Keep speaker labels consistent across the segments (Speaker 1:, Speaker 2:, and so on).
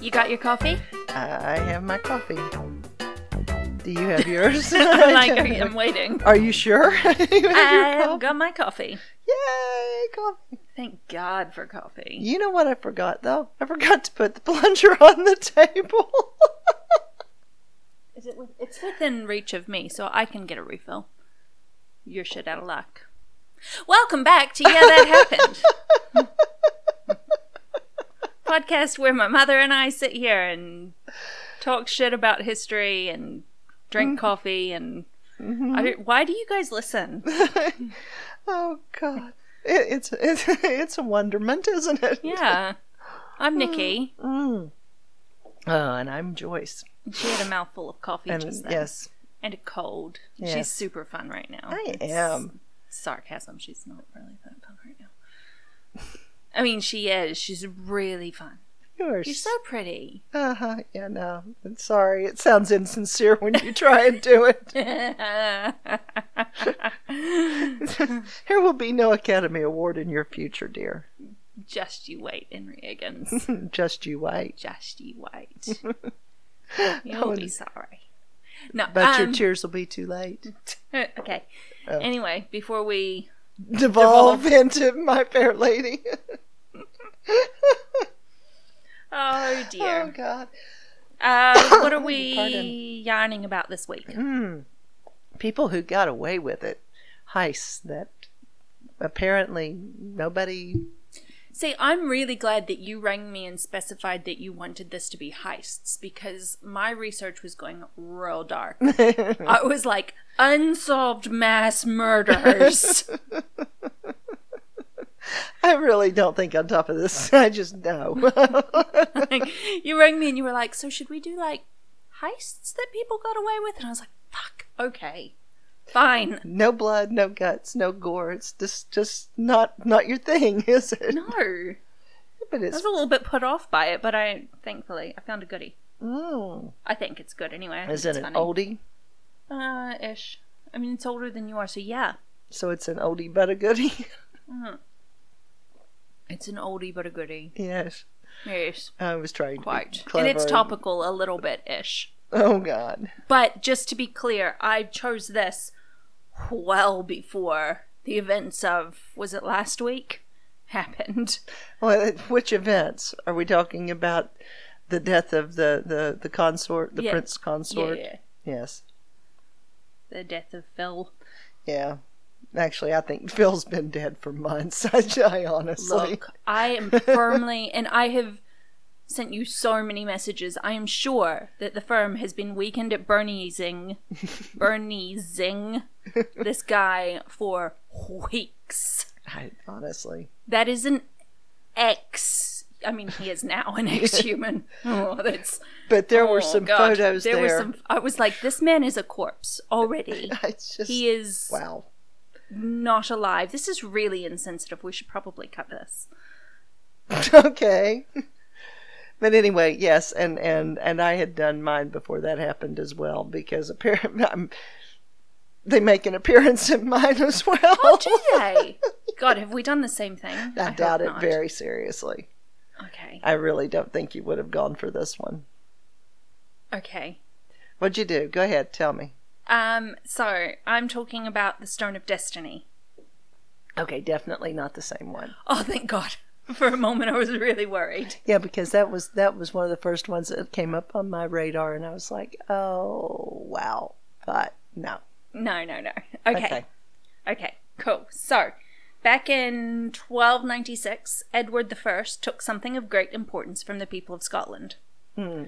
Speaker 1: You got your coffee?
Speaker 2: I have my coffee. Do you have yours?
Speaker 1: I'm like, I'm waiting.
Speaker 2: Are you sure? You have your
Speaker 1: I
Speaker 2: coffee?
Speaker 1: got my coffee.
Speaker 2: Yay, coffee.
Speaker 1: Thank God for coffee.
Speaker 2: You know what I forgot though? I forgot to put the plunger on the table.
Speaker 1: Is it? With, it's within reach of me, so I can get a refill. You're shit out of luck. Welcome back to Yeah That Happened, podcast where my mother and I sit here and talk shit about history and drink
Speaker 2: Mm-hmm.
Speaker 1: coffee and. I don't- why do you guys listen?
Speaker 2: oh God, it, it's it's it's a wonderment, isn't it?
Speaker 1: Yeah. I'm Nikki.
Speaker 2: Mm. Oh, and I'm Joyce.
Speaker 1: She had a mouthful of coffee
Speaker 2: And
Speaker 1: just then.
Speaker 2: yes,
Speaker 1: And a cold. She's
Speaker 2: Yes.
Speaker 1: super fun right now.
Speaker 2: I
Speaker 1: It's
Speaker 2: am.
Speaker 1: Sarcasm. She's not really that fun right now. I mean, she is. She's really fun.
Speaker 2: you're
Speaker 1: You're so pretty.
Speaker 2: Uh huh. Yeah. No. I'm sorry. It sounds insincere when you try and do it. there will be no Academy Award in your future, dear.
Speaker 1: Just you wait, Henry Higgins.
Speaker 2: Just you wait.
Speaker 1: Just you wait. You'll
Speaker 2: would-
Speaker 1: be sorry. No,
Speaker 2: But your Oh.
Speaker 1: um,
Speaker 2: tears will be too late.
Speaker 1: okay. Anyway, before we
Speaker 2: Devolve, into my fair lady.
Speaker 1: oh
Speaker 2: Oh
Speaker 1: dear,
Speaker 2: God.
Speaker 1: uh, what are we
Speaker 2: Pardon.
Speaker 1: yarning about this week?
Speaker 2: Mm. People who got away with it, heists that apparently nobody.
Speaker 1: See, I'm really glad that you rang me and specified that you wanted this to be heists because my research was going real dark. I was like, unsolved mass murders.
Speaker 2: I really don't think on top of this. I just know.
Speaker 1: Like, you rang me and you were like, so should we do like heists that people got away with? And I was like, fuck, okay, fine.
Speaker 2: no blood, no guts, no gore. It's just just not not your thing, is it?
Speaker 1: No, I
Speaker 2: But it's
Speaker 1: was a little bit put off by it, but I thankfully I found a goodie.
Speaker 2: mm.
Speaker 1: I think it's good anyway. I think
Speaker 2: is it
Speaker 1: it's
Speaker 2: an
Speaker 1: funny.
Speaker 2: oldie?
Speaker 1: Uh, ish. I mean, it's older than you are, so yeah.
Speaker 2: So it's an oldie but a goodie.
Speaker 1: It's an oldie but a goodie.
Speaker 2: yes,
Speaker 1: Yes,
Speaker 2: I was trying to be
Speaker 1: quite.
Speaker 2: clever.
Speaker 1: And it's topical a little bit ish.
Speaker 2: Oh God.
Speaker 1: But just to be clear, I chose this well before the events of, was it last week? Happened.
Speaker 2: Well, which events are we talking about? The death of the the the consort, the
Speaker 1: Yeah.
Speaker 2: prince
Speaker 1: Yeah,
Speaker 2: consort.
Speaker 1: yeah.
Speaker 2: Yes.
Speaker 1: The death of Phil.
Speaker 2: Yeah. Actually, I think Phil's been dead for months. I, I honestly.
Speaker 1: Look, I am firmly, and I have sent you so many messages. I am sure that the firm has been weakened at Bernie'sing, Bernie'sing this guy for weeks.
Speaker 2: I, honestly.
Speaker 1: That is an ex. I mean, he is now an ex-human. oh, that's.
Speaker 2: But there were
Speaker 1: oh,
Speaker 2: some
Speaker 1: God.
Speaker 2: photos there.
Speaker 1: were some. I was like, this man is a corpse already.
Speaker 2: It's just
Speaker 1: He is
Speaker 2: wow.
Speaker 1: not alive. This is really insensitive. We should probably cut this.
Speaker 2: okay. But anyway, yes, and and and I had done mine before that happened as well because apparently I'm, they make an appearance in mine as well.
Speaker 1: Oh, do they? God, have we done the same thing?
Speaker 2: I,
Speaker 1: hope
Speaker 2: doubt it
Speaker 1: not.
Speaker 2: very seriously.
Speaker 1: Okay.
Speaker 2: I really don't think you would have gone for this one.
Speaker 1: Okay.
Speaker 2: What'd you do? Go ahead, tell me.
Speaker 1: Um. So I'm talking about the Stone of Destiny.
Speaker 2: Okay, definitely not the same one.
Speaker 1: Oh, thank God. For a moment, I was really worried.
Speaker 2: Yeah, because that was that was one of the first ones that came up on my radar, and I was like, oh wow, but no.
Speaker 1: No, no, no. Okay. Okay. cool. So, back in 1296, Edward I took something of great importance from the people of Scotland.
Speaker 2: Hmm.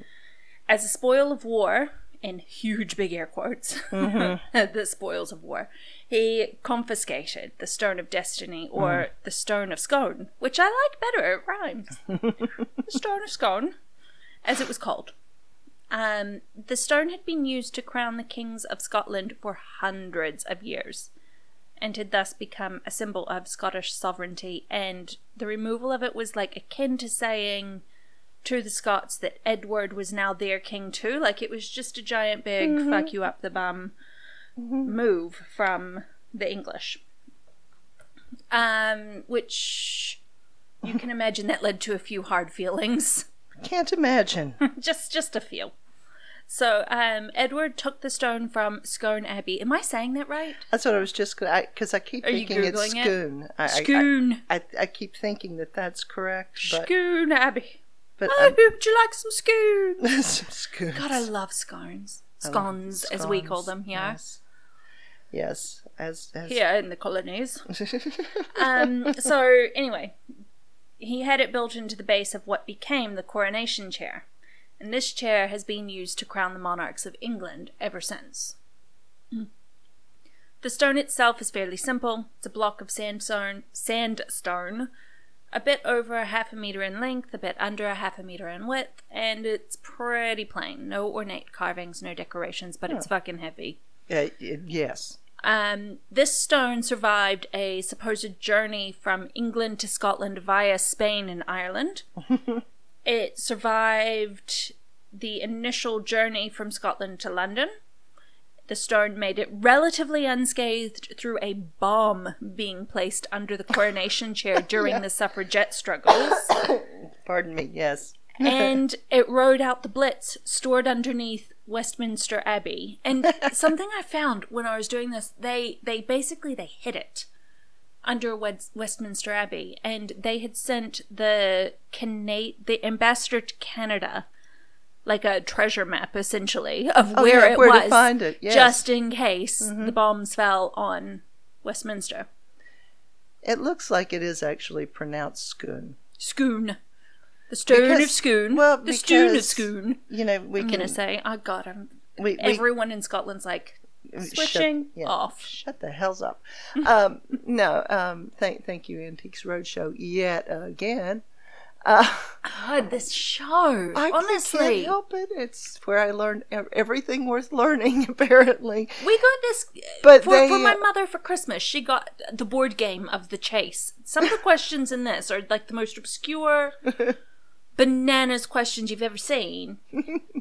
Speaker 1: As a spoil of war, in huge big air quotes, the spoils of war, he confiscated the Stone of Destiny or the Stone of Scone, which I like better. It rhymes. the Stone of Scone, as it was called. Um, the stone had been used to crown the kings of Scotland for hundreds of years and had thus become a symbol of Scottish sovereignty. And the removal of it was like akin to saying to the Scots that Edward was now their king too. Like it was just a giant big fuck you up the bum move from the English. Um, which you can imagine that led to a few hard feelings.
Speaker 2: Can't imagine.
Speaker 1: just just a few. So um, Edward took the stone from Scone Abbey. Am I saying that right?
Speaker 2: That's what I was just gonna. Because I, keep
Speaker 1: Are you
Speaker 2: thinking it's
Speaker 1: Googling it?
Speaker 2: Scoon. I, I-
Speaker 1: Scoon.
Speaker 2: I, I, I keep thinking that that's correct, but
Speaker 1: Scoon Abbey.
Speaker 2: but
Speaker 1: Oh,
Speaker 2: I'm-
Speaker 1: would you like some scoon?
Speaker 2: some Scoon.
Speaker 1: God, I love scones. Scones, as we call them here.
Speaker 2: Yes. Yes. As, as
Speaker 1: Here in the colonies. Um, so, anyway, he had it built into the base of what became the coronation chair. And this chair has been used to crown the monarchs of England ever since. The stone itself is fairly simple. It's a block of sandstone, sandstone, a bit over a half a meter in length, a bit under a half a meter in width, and it's pretty plain. No ornate carvings, no decorations, but it's fucking heavy.
Speaker 2: Uh, y- yes.
Speaker 1: Um, this stone survived a supposed journey from England to Scotland via Spain and Ireland. it survived the initial journey from Scotland to London. The stone made it relatively unscathed through a bomb being placed under the coronation chair during the suffragette struggles.
Speaker 2: Pardon me. Yes.
Speaker 1: and it rode out the blitz stored underneath Westminster Abbey. And something I found when I was doing this, they they basically they hid it under Wed- Westminster Abbey, and they had sent the Cana- the ambassador to Canada. Like a treasure map, essentially, of
Speaker 2: Oh,
Speaker 1: where
Speaker 2: yeah,
Speaker 1: it
Speaker 2: where to
Speaker 1: was,
Speaker 2: find it, yes. Mm-hmm.
Speaker 1: just in case the bombs fell on Westminster.
Speaker 2: It looks like it is actually pronounced Scoon.
Speaker 1: Scoon, the stone of
Speaker 2: Because-
Speaker 1: Scoon,
Speaker 2: well,
Speaker 1: the stone of
Speaker 2: because- Mm.
Speaker 1: Scoon.
Speaker 2: You know, we
Speaker 1: I'm
Speaker 2: can
Speaker 1: gonna say, oh god, I'm
Speaker 2: we, we
Speaker 1: everyone in Scotland's like
Speaker 2: shut-
Speaker 1: switching
Speaker 2: yeah.
Speaker 1: off.
Speaker 2: Shut the hell's up. um, no, um, thank thank you, Antiques Roadshow, yet again. Uh,
Speaker 1: God, this show.
Speaker 2: I can't
Speaker 1: honestly,
Speaker 2: help it. It's where I learned ev- everything worth learning, apparently.
Speaker 1: we got this.
Speaker 2: But
Speaker 1: for,
Speaker 2: they- uh,
Speaker 1: for my mother for Christmas, she got the board game of the chase. Some of the questions in this are like the most obscure, bananas questions you've ever seen.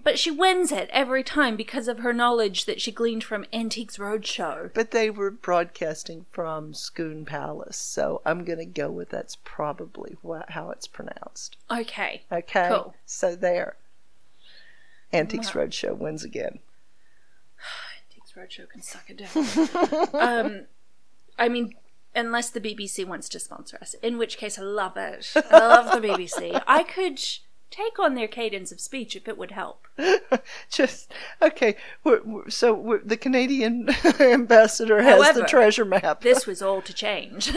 Speaker 1: But she wins it every time because of her knowledge that she gleaned from Antiques Roadshow.
Speaker 2: But they were broadcasting from Schoon Palace, so I'm going to go with that's probably wha- how it's pronounced.
Speaker 1: Okay,
Speaker 2: Okay,
Speaker 1: Cool.
Speaker 2: so there. Antiques
Speaker 1: Wow.
Speaker 2: Roadshow wins again.
Speaker 1: Antiques Roadshow can suck a dick. um, I mean, unless the BBC wants to sponsor us, in which case I love it. I love the BBC. I could take on their cadence of speech if it would help.
Speaker 2: Just okay. We're, we're, so we're, the Canadian ambassador has
Speaker 1: However,
Speaker 2: the treasure map.
Speaker 1: This was all to change.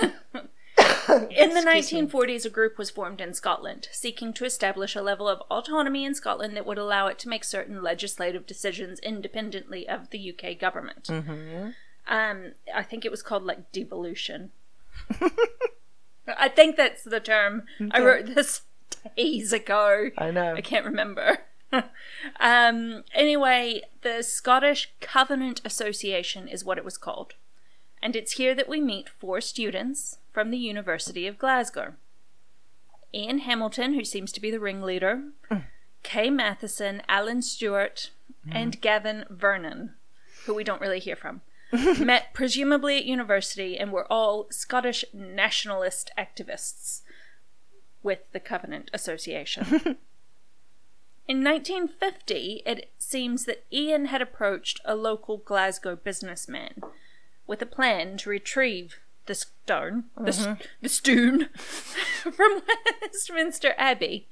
Speaker 1: In the 1940s, a group was formed in Scotland, seeking to establish a level of autonomy in Scotland that would allow it to make certain legislative decisions independently of the UK government. Um, I think it was called like devolution. I think that's the term. I wrote this days ago.
Speaker 2: I know.
Speaker 1: I can't remember. um, anyway, the Scottish Covenant Association is what it was called. And it's here that we meet four students from the University of Glasgow Ian Hamilton, who seems to be the ringleader, Kay Matheson, Alan Stewart, and Gavin Vernon, who we don't really hear from. Met presumably at university and were all Scottish nationalist activists with the Covenant Association. In 1950, it seems that Ian had approached a local Glasgow businessman with a plan to retrieve the stone, the, s- the stone, from Westminster Abbey.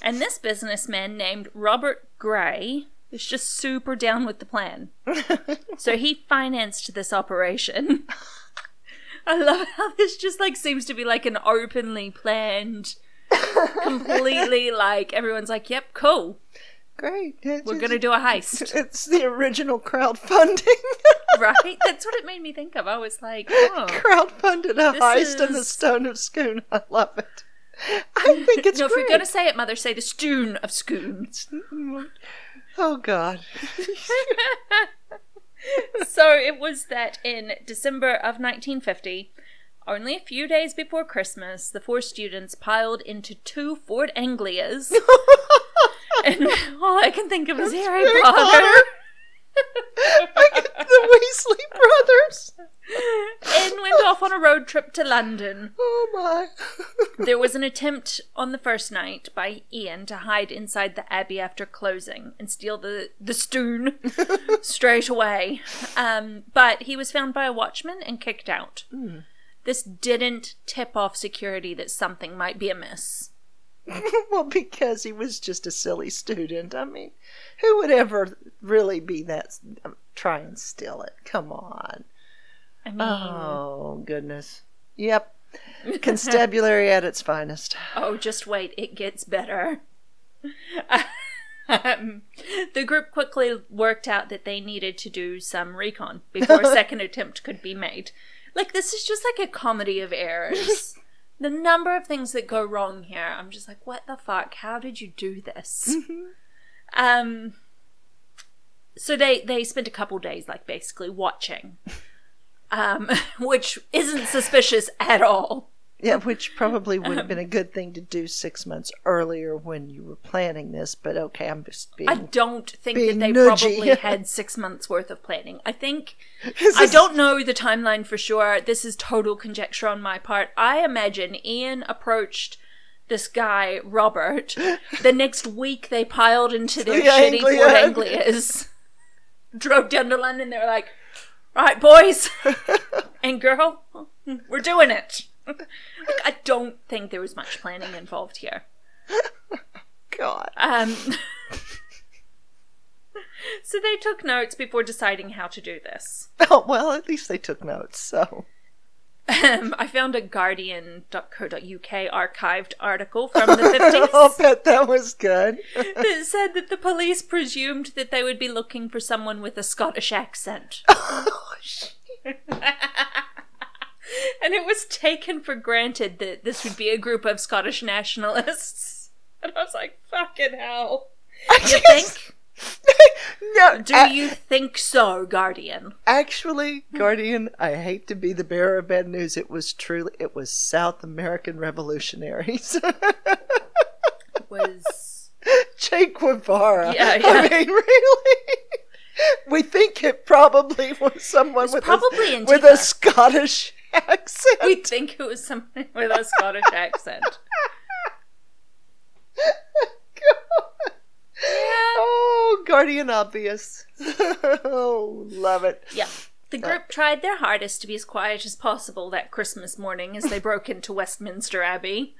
Speaker 1: And this businessman named Robert Gray is just super down with the plan. so he financed this operation. I love how this just like seems to be like an openly planned, completely like everyone's like, "Yep, cool,
Speaker 2: Great.
Speaker 1: we're gonna do a heist."
Speaker 2: It's the original crowdfunding.
Speaker 1: right? That's what it made me think of. I was like, oh.
Speaker 2: crowdfunded a
Speaker 1: This
Speaker 2: heist in the
Speaker 1: is-
Speaker 2: Stone of Schoon. I love it. I think it's
Speaker 1: No, if
Speaker 2: great.
Speaker 1: you're going to say it, Mother, say the stoon of scoons.
Speaker 2: Oh God.
Speaker 1: so it was that in December of 1950, only a few days before Christmas, the four students piled into two Ford Anglias. and all I can think of is Harry
Speaker 2: Harry
Speaker 1: Potter.
Speaker 2: Potter. the Weasley brothers.
Speaker 1: and when stormed off on a road trip to London.
Speaker 2: Oh my.
Speaker 1: There was an attempt on the first night by Ian to hide inside the abbey after closing and steal the, the stoon straight away. Um, but he was found by a watchman and kicked out. This didn't tip off security that something might be amiss.
Speaker 2: well, because he was just a silly student. I mean, who would ever really be that s- um, try and steal it? Come on.
Speaker 1: I mean,
Speaker 2: Oh, goodness. Yep. Constabulary at its finest.
Speaker 1: Oh, just wait, it gets better. Um, the group quickly worked out that they needed to do some recon before a second attempt could be made. Like, this is just like a comedy of errors. the number of things that go wrong here, I'm just like, what the fuck? How did you do this? um, so they, they spent a couple days, like, basically watching, um, which isn't suspicious at all.
Speaker 2: Yeah, which probably would have been a good thing to do six months earlier when you were planning this, but okay, I'm just being.
Speaker 1: I don't think
Speaker 2: being
Speaker 1: that they
Speaker 2: nudgy.
Speaker 1: probably had six months worth of planning. I think
Speaker 2: This
Speaker 1: I
Speaker 2: is-
Speaker 1: don't know the timeline for sure. This is total conjecture on my part. I imagine Ian approached this guy Robert. the next week, they piled into their
Speaker 2: The
Speaker 1: shitty Ford
Speaker 2: Anglian.
Speaker 1: Anglias, drove down to London. They were like, "Right, boys and girl, we're doing it." Like, I don't think there was much planning involved here.
Speaker 2: God.
Speaker 1: Um, so they took notes before deciding how to do this.
Speaker 2: Oh, well, at least they took notes, so.
Speaker 1: Um, I found a Guardian.co.uk archived article from the 50s
Speaker 2: I'll bet that was good.
Speaker 1: that said that the police presumed that they would be looking for someone with a Scottish accent. Oh, and it was taken for granted that this would be a group of Scottish nationalists. And I was like, fucking hell. You think?
Speaker 2: no,
Speaker 1: Do
Speaker 2: I-
Speaker 1: you think so, Guardian?
Speaker 2: Actually, Guardian, I hate to be the bearer of bad news. It was truly, it was South American revolutionaries.
Speaker 1: was
Speaker 2: Che Guevara.
Speaker 1: Yeah,
Speaker 2: I
Speaker 1: yeah.
Speaker 2: mean, really? We think it probably was someone with,
Speaker 1: probably
Speaker 2: a, with a
Speaker 1: Antifa.
Speaker 2: Scottish accent.
Speaker 1: we think it was something with a Scottish accent.
Speaker 2: Oh, Guardian obvious. oh, love it.
Speaker 1: Yeah. The group tried their hardest to be as quiet as possible that Christmas morning as they broke into Westminster Abbey.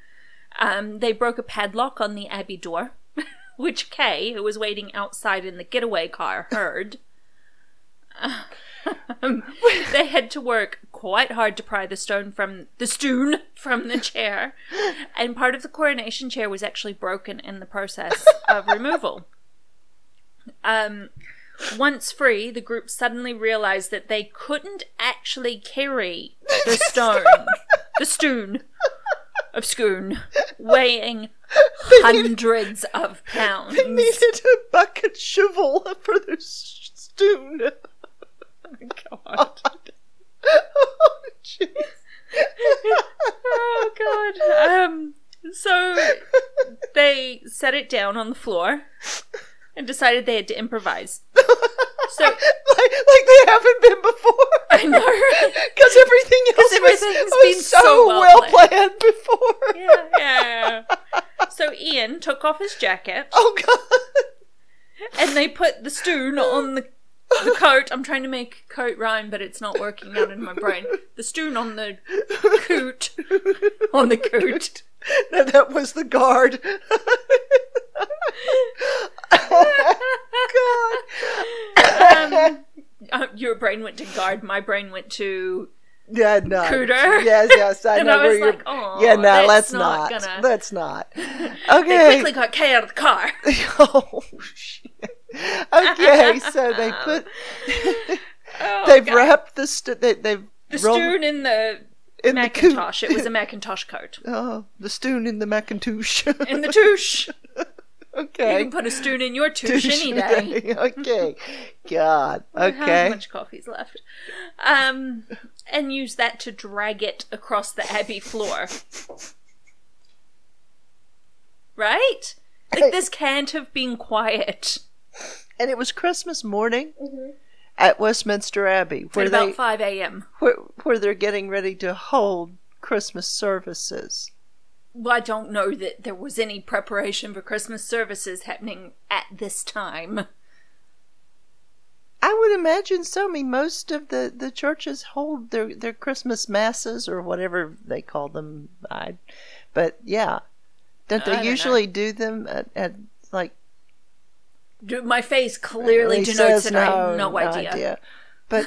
Speaker 1: Um, they broke a padlock on the abbey door, which Kay, who was waiting outside in the getaway car, heard. Um, they had to work quite hard to pry the stone from the stoon from the chair, and part of the coronation chair was actually broken in the process of removal. Um, once free, the group suddenly realized that they couldn't actually carry the stone, the stoon of Scoon, weighing hundreds of pounds.
Speaker 2: Needed a bucket shovel for the s- stoon.
Speaker 1: God.
Speaker 2: oh, jeez.
Speaker 1: oh god. Um so they set it down on the floor and decided they had to improvise. So
Speaker 2: like, like they haven't been before.
Speaker 1: I know.
Speaker 2: Because everything else
Speaker 1: everything's
Speaker 2: was, was
Speaker 1: been
Speaker 2: so,
Speaker 1: so well
Speaker 2: well planned, before.
Speaker 1: yeah, yeah. So Ian took off his jacket
Speaker 2: Oh god.
Speaker 1: and they put the stoon on the the coat. I'm trying to make coat rhyme, but it's not working out in my brain. The stoon on the coot. On the coot.
Speaker 2: No, that was the guard.
Speaker 1: Um, uh, your brain went to guard, my brain went to
Speaker 2: Yeah, no.
Speaker 1: Cooter.
Speaker 2: Yes, yes, I
Speaker 1: And
Speaker 2: know
Speaker 1: I was
Speaker 2: where
Speaker 1: like,
Speaker 2: you're.
Speaker 1: "Aw,
Speaker 2: yeah, no,
Speaker 1: that's
Speaker 2: let's
Speaker 1: not
Speaker 2: not.
Speaker 1: gonna-"
Speaker 2: Let's not. Okay.
Speaker 1: They quickly got Kay out of the car.
Speaker 2: oh shit.
Speaker 1: Uh,
Speaker 2: Okay, so they put
Speaker 1: Oh,
Speaker 2: they've
Speaker 1: God.
Speaker 2: wrapped the st- they, they've
Speaker 1: the
Speaker 2: rolled
Speaker 1: stoon in the
Speaker 2: in the coo-
Speaker 1: Macintosh. it was a Macintosh coat.
Speaker 2: Oh, the stoon in the Macintosh.
Speaker 1: In the touche. You
Speaker 2: okay.
Speaker 1: can put a stoon in your touche any day.
Speaker 2: Touche. okay. God.
Speaker 1: How
Speaker 2: Okay.
Speaker 1: much coffee's left? Um, and use that to drag it across the abbey floor. Right? Like this can't have been quiet.
Speaker 2: And it was Christmas morning. at Westminster Abbey,
Speaker 1: at
Speaker 2: where
Speaker 1: Mm-hmm. about
Speaker 2: they
Speaker 1: 5 a.m.
Speaker 2: where, where they're getting ready to hold Christmas services.
Speaker 1: Well, I don't know that there was any preparation for Christmas services happening at this time.
Speaker 2: I would imagine so. I mean, most of the, the churches hold their, their Christmas masses or whatever they call them. I, but yeah, don't they
Speaker 1: I don't know.
Speaker 2: usually do them at, at like
Speaker 1: Do- My face clearly
Speaker 2: Lee
Speaker 1: denotes
Speaker 2: says,
Speaker 1: that I have no, idea.
Speaker 2: But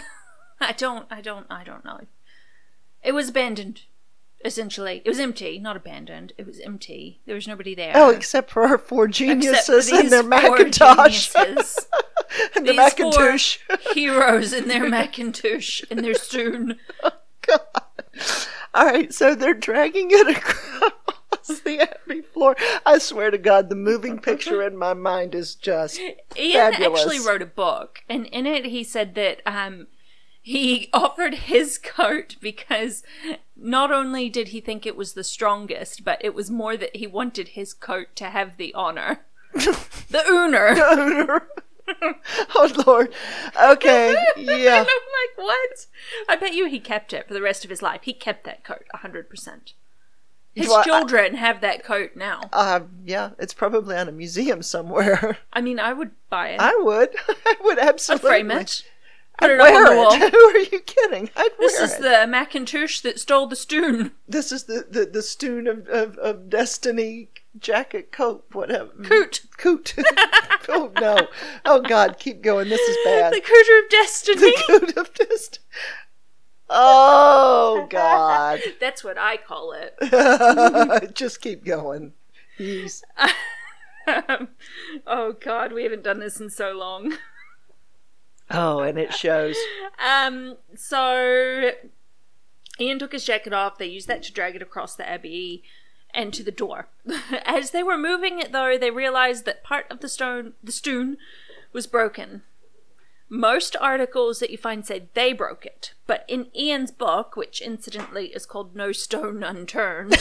Speaker 1: I don't, I don't, I don't know. It was abandoned, essentially. It was empty, not abandoned. It was empty. There was nobody there.
Speaker 2: oh, except for our four
Speaker 1: Except for
Speaker 2: geniuses and their
Speaker 1: these four
Speaker 2: Macintosh
Speaker 1: geniuses.
Speaker 2: and the
Speaker 1: These four
Speaker 2: Macintosh.
Speaker 1: heroes in their Macintosh and their soon.
Speaker 2: God. All right, so they're dragging it across the abbey floor. I swear to God, the moving picture in my mind is just
Speaker 1: Ian
Speaker 2: Fabulous.
Speaker 1: actually wrote a book, and in it he said that um, he offered his coat because not only did he think it was the strongest, but it was more that he wanted his coat to have the honor, the honor.
Speaker 2: oh Lord. Okay.
Speaker 1: And
Speaker 2: Yeah.
Speaker 1: I'm like, what? I bet you he kept it for the rest of his life. He kept that coat, hundred percent. His
Speaker 2: Well, I-
Speaker 1: children have that coat now.
Speaker 2: Uh, yeah. It's probably at a museum somewhere.
Speaker 1: I mean, I would buy it.
Speaker 2: I would. I would
Speaker 1: I'd
Speaker 2: absolutely.
Speaker 1: frame it. Put
Speaker 2: I'd
Speaker 1: it up
Speaker 2: wear
Speaker 1: on the wall.
Speaker 2: it. Who are you kidding? I'd
Speaker 1: This
Speaker 2: wear
Speaker 1: is
Speaker 2: it.
Speaker 1: the Macintosh that stole the stoon.
Speaker 2: this is the the, the stoon of, of, of destiny jacket coat whatever Mm,
Speaker 1: Coot.
Speaker 2: coot. oh no. Oh God. Keep going. This is bad.
Speaker 1: The Cooter of Destiny.
Speaker 2: the coat of destiny. Oh God.
Speaker 1: That's what I call it.
Speaker 2: Just keep going. He's
Speaker 1: oh God, we haven't done this in so long.
Speaker 2: Oh, and it shows.
Speaker 1: Um, so Ian took his jacket off. They used that to drag it across the abbey and to the door. As they were moving it, though, they realized that part of the stone, the stoon, was broken. Most articles that you find say they broke it, but in Ian's book, which incidentally is called "No Stone Unturned,"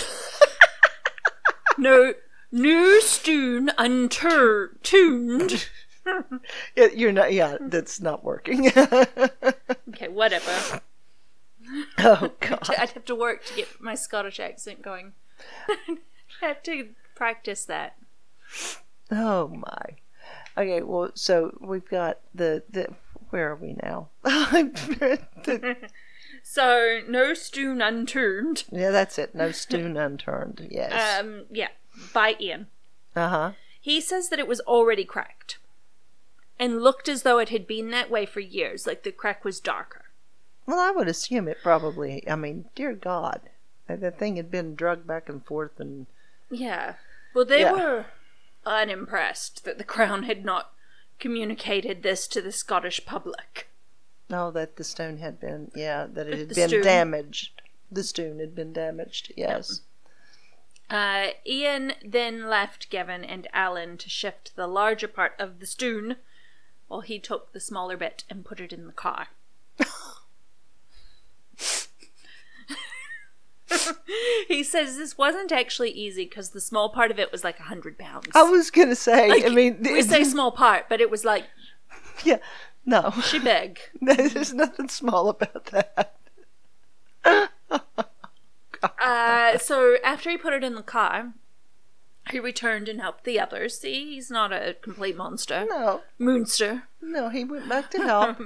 Speaker 1: no, no stone unturned. tuned.
Speaker 2: Yeah, you're not. Yeah, that's not working.
Speaker 1: Okay, whatever.
Speaker 2: oh God.
Speaker 1: I'd have to work to get my Scottish accent going. I have to practice that.
Speaker 2: Oh my. Okay. Well, so we've got the the. Where are we now? The-
Speaker 1: So no stone unturned.
Speaker 2: yeah, that's it. No stoon unturned. Yes.
Speaker 1: Um, yeah, by Ian.
Speaker 2: Uh huh.
Speaker 1: He says that it was already cracked, and looked as though it had been that way for years. Like the crack was darker.
Speaker 2: Well, I would assume it probably. I mean, dear God, that, that thing had been drugged back and forth, and
Speaker 1: Yeah. Well, they
Speaker 2: Yeah.
Speaker 1: were unimpressed that the crown had not communicated this to the Scottish public.
Speaker 2: no, oh, that the stone had been. Yeah, that it had
Speaker 1: The
Speaker 2: been
Speaker 1: stoon.
Speaker 2: damaged. The stone had been damaged. Yes.
Speaker 1: Uh, Ian then left Gavin and Alan to shift the larger part of the stoon, while he took the smaller bit and put it in the car. he says this wasn't actually easy because the small part of it was like a hundred pounds.
Speaker 2: I was gonna say. I mean,
Speaker 1: we say small part, but it was like
Speaker 2: yeah. No.
Speaker 1: she big.
Speaker 2: There's nothing small about that.
Speaker 1: Uh, so after he put it in the car, he returned and helped the others. See, he's not a complete monster.
Speaker 2: No,
Speaker 1: Moonster.
Speaker 2: no, he went back to help.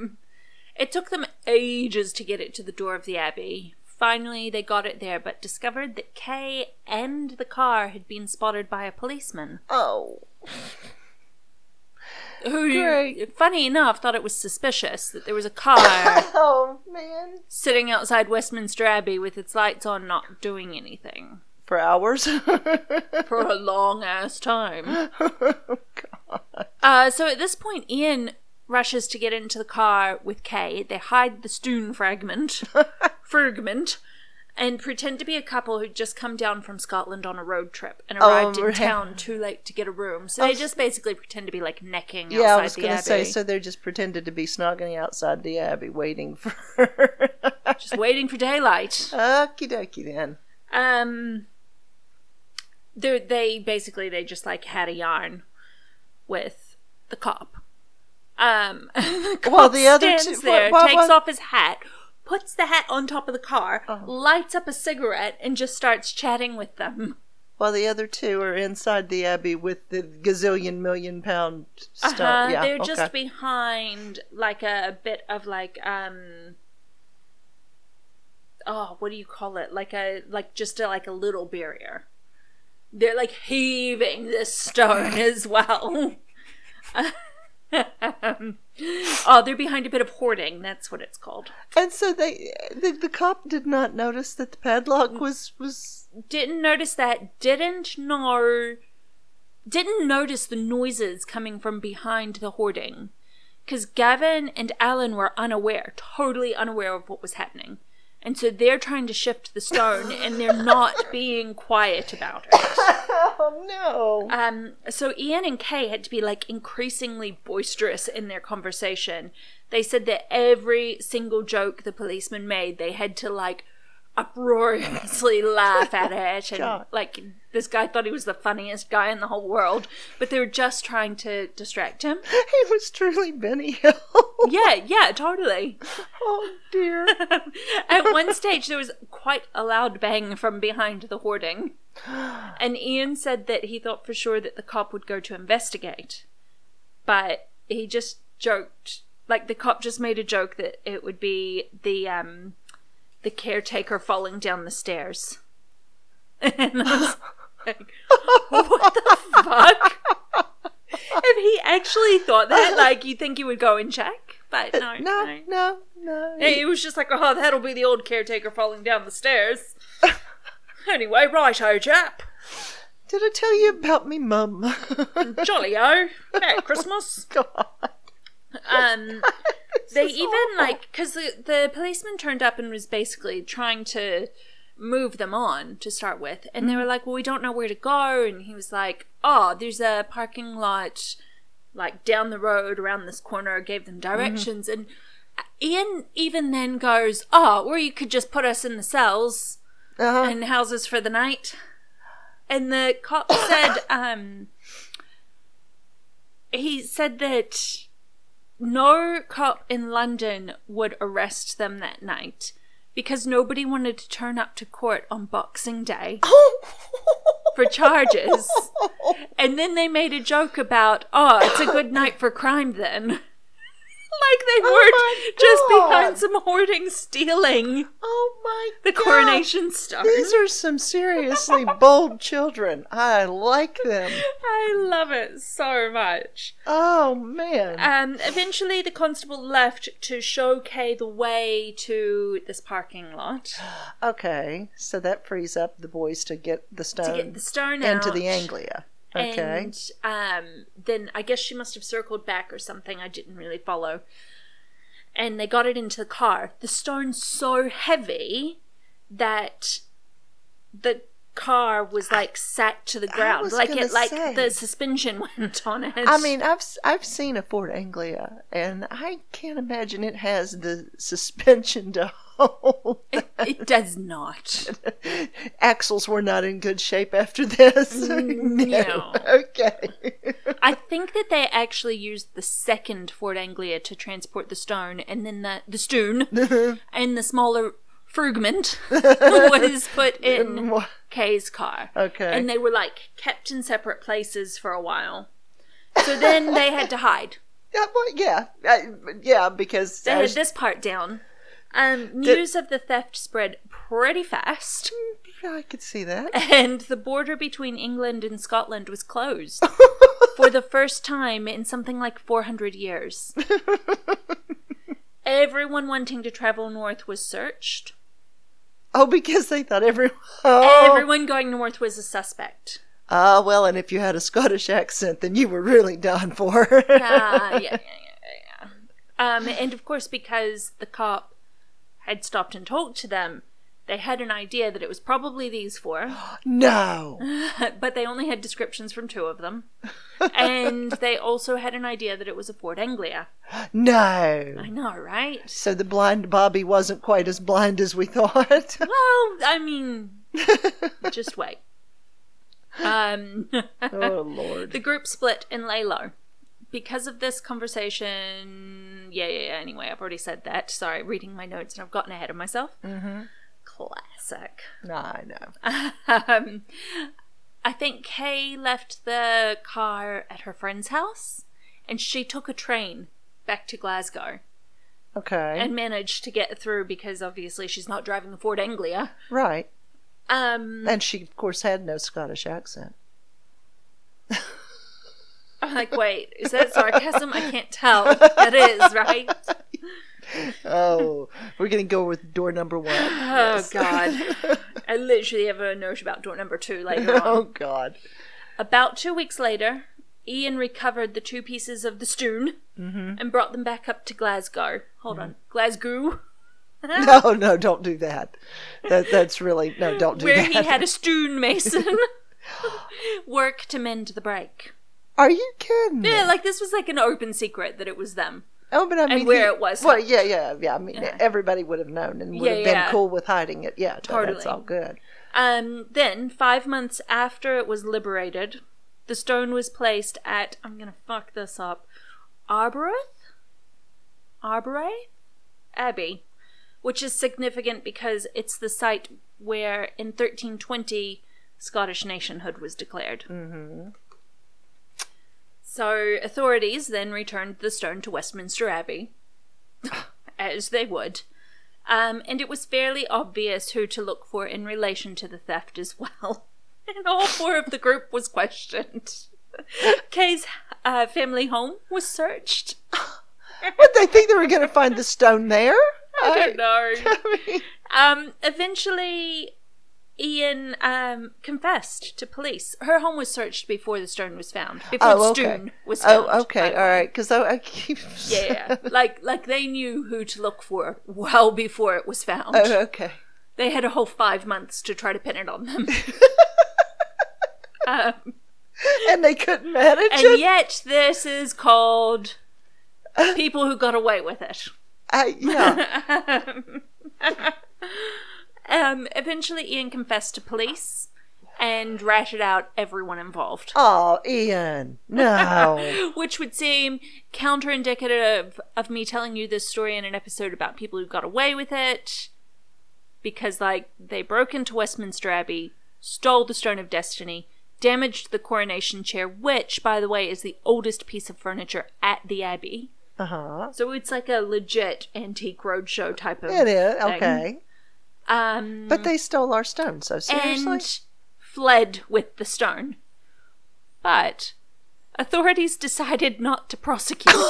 Speaker 1: It took them ages to get it to the door of the abbey. Finally, they got it there, but discovered that Kay and the car had been spotted by a policeman.
Speaker 2: Oh,
Speaker 1: Who,
Speaker 2: Great.
Speaker 1: funny enough, thought it was suspicious that there was a car
Speaker 2: oh man!
Speaker 1: sitting outside Westminster Abbey with its lights on, not doing anything
Speaker 2: For hours.
Speaker 1: for a long ass time.
Speaker 2: God.
Speaker 1: Uh, so at this point, Ian rushes to get into the car with Kay. They hide the stoon fragment. fragment and pretend to be a couple who'd just come down from Scotland on a road trip and arrived in
Speaker 2: Oh, right.
Speaker 1: town too late to get a room. So they just basically pretend to be like necking
Speaker 2: Yeah,
Speaker 1: outside
Speaker 2: I was
Speaker 1: the
Speaker 2: gonna
Speaker 1: abbey,
Speaker 2: say. So they just pretended to be snogging outside the abbey, waiting for.
Speaker 1: just waiting for daylight.
Speaker 2: Okie dokie then.
Speaker 1: Um, they they basically they just like had a yarn with the cop Um, the
Speaker 2: Well,
Speaker 1: cop
Speaker 2: the other two-
Speaker 1: stands
Speaker 2: what-
Speaker 1: there,
Speaker 2: what-
Speaker 1: takes
Speaker 2: what-
Speaker 1: off his hat, puts the hat on top of the car,
Speaker 2: Uh-huh.
Speaker 1: lights up a cigarette, and just starts chatting with them.
Speaker 2: While the other two are inside the abbey with the gazillion million pound
Speaker 1: Uh-huh.
Speaker 2: stuff. Yeah,
Speaker 1: They're
Speaker 2: okay.
Speaker 1: just behind like a bit of like um oh, what do you call it? Like a like just a, like a little barrier. They're like heaving this stone as well. oh, they're behind a bit of hoarding. That's what it's called.
Speaker 2: and so they, the, the cop did not notice that the padlock was was.
Speaker 1: Didn't notice that. Didn't know. Didn't notice the noises coming from behind the hoarding. Because Gavin and Alan were unaware, totally unaware of what was happening. And so they're trying to shift the stone and they're not being quiet about it.
Speaker 2: Oh no!
Speaker 1: Um, so Ian and Kay had to be like increasingly boisterous in their conversation. They said that every single joke the policeman made, they had to like uproariously laugh at it, and
Speaker 2: God.
Speaker 1: like this guy thought he was the funniest guy in the whole world, but they were just trying to distract him.
Speaker 2: It was truly Benny Hill.
Speaker 1: Yeah, yeah, totally.
Speaker 2: oh dear!
Speaker 1: At one stage, there was quite a loud bang from behind the hoarding. And Ian said that he thought for sure that the cop would go to investigate. But he just joked, like the cop just made a joke that it would be the um the caretaker falling down the stairs. And I was like, what the fuck? If he actually thought that, like, you think he would go and check? But no,
Speaker 2: No, no, no.
Speaker 1: it was just like, oh, that'll be the old caretaker falling down the stairs. anyway, right, oh, chap.
Speaker 2: Did I tell you about me mum?
Speaker 1: Jolly oh. Merry Christmas.
Speaker 2: God.
Speaker 1: Um, they
Speaker 2: is
Speaker 1: even like because the, the policeman turned up and was basically trying to move them on to start with, and they were like, "Well, we don't know where to go," and he was like, "Oh, there's a parking lot like down the road around this corner." Gave them directions, and Ian even then goes, "Oh, or you could just put us in the cells."
Speaker 2: Uh-huh.
Speaker 1: and houses for the night. And the cop said, um, he said that no cop in London would arrest them that night because nobody wanted to turn up to court on Boxing Day for charges. And then they made a joke about, oh, it's a good night for crime then. like they were
Speaker 2: Oh my
Speaker 1: just
Speaker 2: God.
Speaker 1: behind some hoarding stealing
Speaker 2: oh my
Speaker 1: the
Speaker 2: God.
Speaker 1: coronation stars.
Speaker 2: These are some seriously bold children. I like them.
Speaker 1: I love it so much.
Speaker 2: Oh man.
Speaker 1: Um, eventually, the constable left to show Kay the way to this parking lot
Speaker 2: Okay, so that frees up the boys to get the
Speaker 1: to
Speaker 2: stone
Speaker 1: get the stone out
Speaker 2: Um, into the Anglia. Okay.
Speaker 1: And um, then I guess she must have circled back or something. I didn't really follow. And they got it into the car. The stone's so heavy that the car was like sat to the ground,
Speaker 2: was
Speaker 1: like
Speaker 2: gonna
Speaker 1: it, like
Speaker 2: say.
Speaker 1: the suspension went on it.
Speaker 2: I mean, I've s- I've seen a Ford Anglia, and I can't imagine it has the suspension to hold.
Speaker 1: it, it does not.
Speaker 2: Axles were not in good shape after this.
Speaker 1: Mm, no.
Speaker 2: Okay.
Speaker 1: I think that they actually used the second Ford Anglia to transport the stone, and then the the stone and the smaller fragment was put in
Speaker 2: Wha-
Speaker 1: Kay's car.
Speaker 2: Um, Okay.
Speaker 1: and they were like kept in separate places for a while. So then they had to hide.
Speaker 2: yeah, well, yeah, I- yeah, because
Speaker 1: They
Speaker 2: I
Speaker 1: had
Speaker 2: was-
Speaker 1: this part down. Um, news of the theft spread pretty fast,
Speaker 2: I could see that.
Speaker 1: and the border between England and Scotland was closed for the first time in something like 400 years. Everyone wanting to travel north was searched.
Speaker 2: Oh, because they thought everyone. Oh,
Speaker 1: Everyone going north was a suspect.
Speaker 2: Ah, well, and if you had a Scottish accent, then you were really done for.
Speaker 1: Ah, yeah, yeah, yeah, yeah, yeah. Um, and of course, because the cop had stopped and talked to them, they had an idea that it was probably these four,
Speaker 2: no.
Speaker 1: but they only had descriptions from two of them. And they also had an idea that it was a Ford Anglia.
Speaker 2: No.
Speaker 1: I know, right?
Speaker 2: So the blind Bobby wasn't quite as blind as we thought.
Speaker 1: Well, I mean, just wait. Um,
Speaker 2: oh, Lord.
Speaker 1: the group split and lay low. because of this conversation, yeah, yeah, yeah. Anyway, I've already said that. Sorry, reading my notes and I've gotten ahead of myself.
Speaker 2: Mm-hmm.
Speaker 1: Classic.
Speaker 2: No, I know.
Speaker 1: um, I think Kay left the car at her friend's house and she took a train back to Glasgow
Speaker 2: Okay.
Speaker 1: and managed to get through because obviously she's not driving the Ford Anglia.
Speaker 2: right.
Speaker 1: Um,
Speaker 2: And she, of course, had no Scottish accent.
Speaker 1: I'm like, wait, is that sarcasm? I can't tell. That is, right?
Speaker 2: Oh, we're going to go with door number one. Yes.
Speaker 1: Oh, God. I literally have a note about door number two later on.
Speaker 2: oh, God.
Speaker 1: About two weeks later, Ian recovered the two pieces of the stoon and brought them back up to Glasgow. Hold on, Glasgow,
Speaker 2: No, no, don't do that. that that's really, no, don't do
Speaker 1: where
Speaker 2: that.
Speaker 1: he had a stoon mason work to mend the break.
Speaker 2: Are you kidding? me?
Speaker 1: Yeah, like this was like an open secret that it was them.
Speaker 2: Oh, but I mean,
Speaker 1: where
Speaker 2: you-
Speaker 1: it was.
Speaker 2: Well, yeah, yeah, yeah. I mean, everybody would have known and would
Speaker 1: Yeah,
Speaker 2: have been
Speaker 1: yeah.
Speaker 2: cool with hiding it. Yeah, no,
Speaker 1: Totally.
Speaker 2: that's all good.
Speaker 1: Um, then, five months after it was liberated, the stone was placed at, I'm going to fuck this up, Arboreth? Arbore? Abbey, which is significant because it's the site where in 1320 Scottish nationhood was declared. Mm-hmm. So, authorities then returned the stone to Westminster Abbey, as they would. Um, and it was fairly obvious who to look for in relation to the theft as well. And all four of the group was questioned. Kay's uh, family home was searched.
Speaker 2: What they think they were going to find the stone there?
Speaker 1: I don't know.
Speaker 2: I mean,
Speaker 1: Um, eventually, Ian um, confessed to police. Her home was searched before the stone was found. Before
Speaker 2: oh,
Speaker 1: the
Speaker 2: okay.
Speaker 1: stone was found.
Speaker 2: oh, okay.
Speaker 1: by the
Speaker 2: All
Speaker 1: way.
Speaker 2: right. Because I, I keep.
Speaker 1: Yeah, yeah. like like they knew who to look for well before it was found.
Speaker 2: oh, okay.
Speaker 1: They had a whole five months to try to pin it on them. um,
Speaker 2: And they couldn't manage
Speaker 1: and
Speaker 2: it.
Speaker 1: yet, this is called people who got away with it.
Speaker 2: I, yeah.
Speaker 1: Um, eventually, Ian confessed to police and ratted out everyone involved,
Speaker 2: Oh, Ian. No.
Speaker 1: which would seem counterindicative of me telling you this story in an episode about people who got away with it, because like they broke into Westminster Abbey, stole the Stone of Destiny. Damaged the coronation chair, which, by the way, is the oldest piece of furniture at the Abbey.
Speaker 2: Uh huh.
Speaker 1: So it's like a legit antique roadshow type of.
Speaker 2: It is.
Speaker 1: thing.
Speaker 2: Okay.
Speaker 1: Um,
Speaker 2: But they stole our stone. So seriously?
Speaker 1: and fled with the stone. But authorities decided not to prosecute. they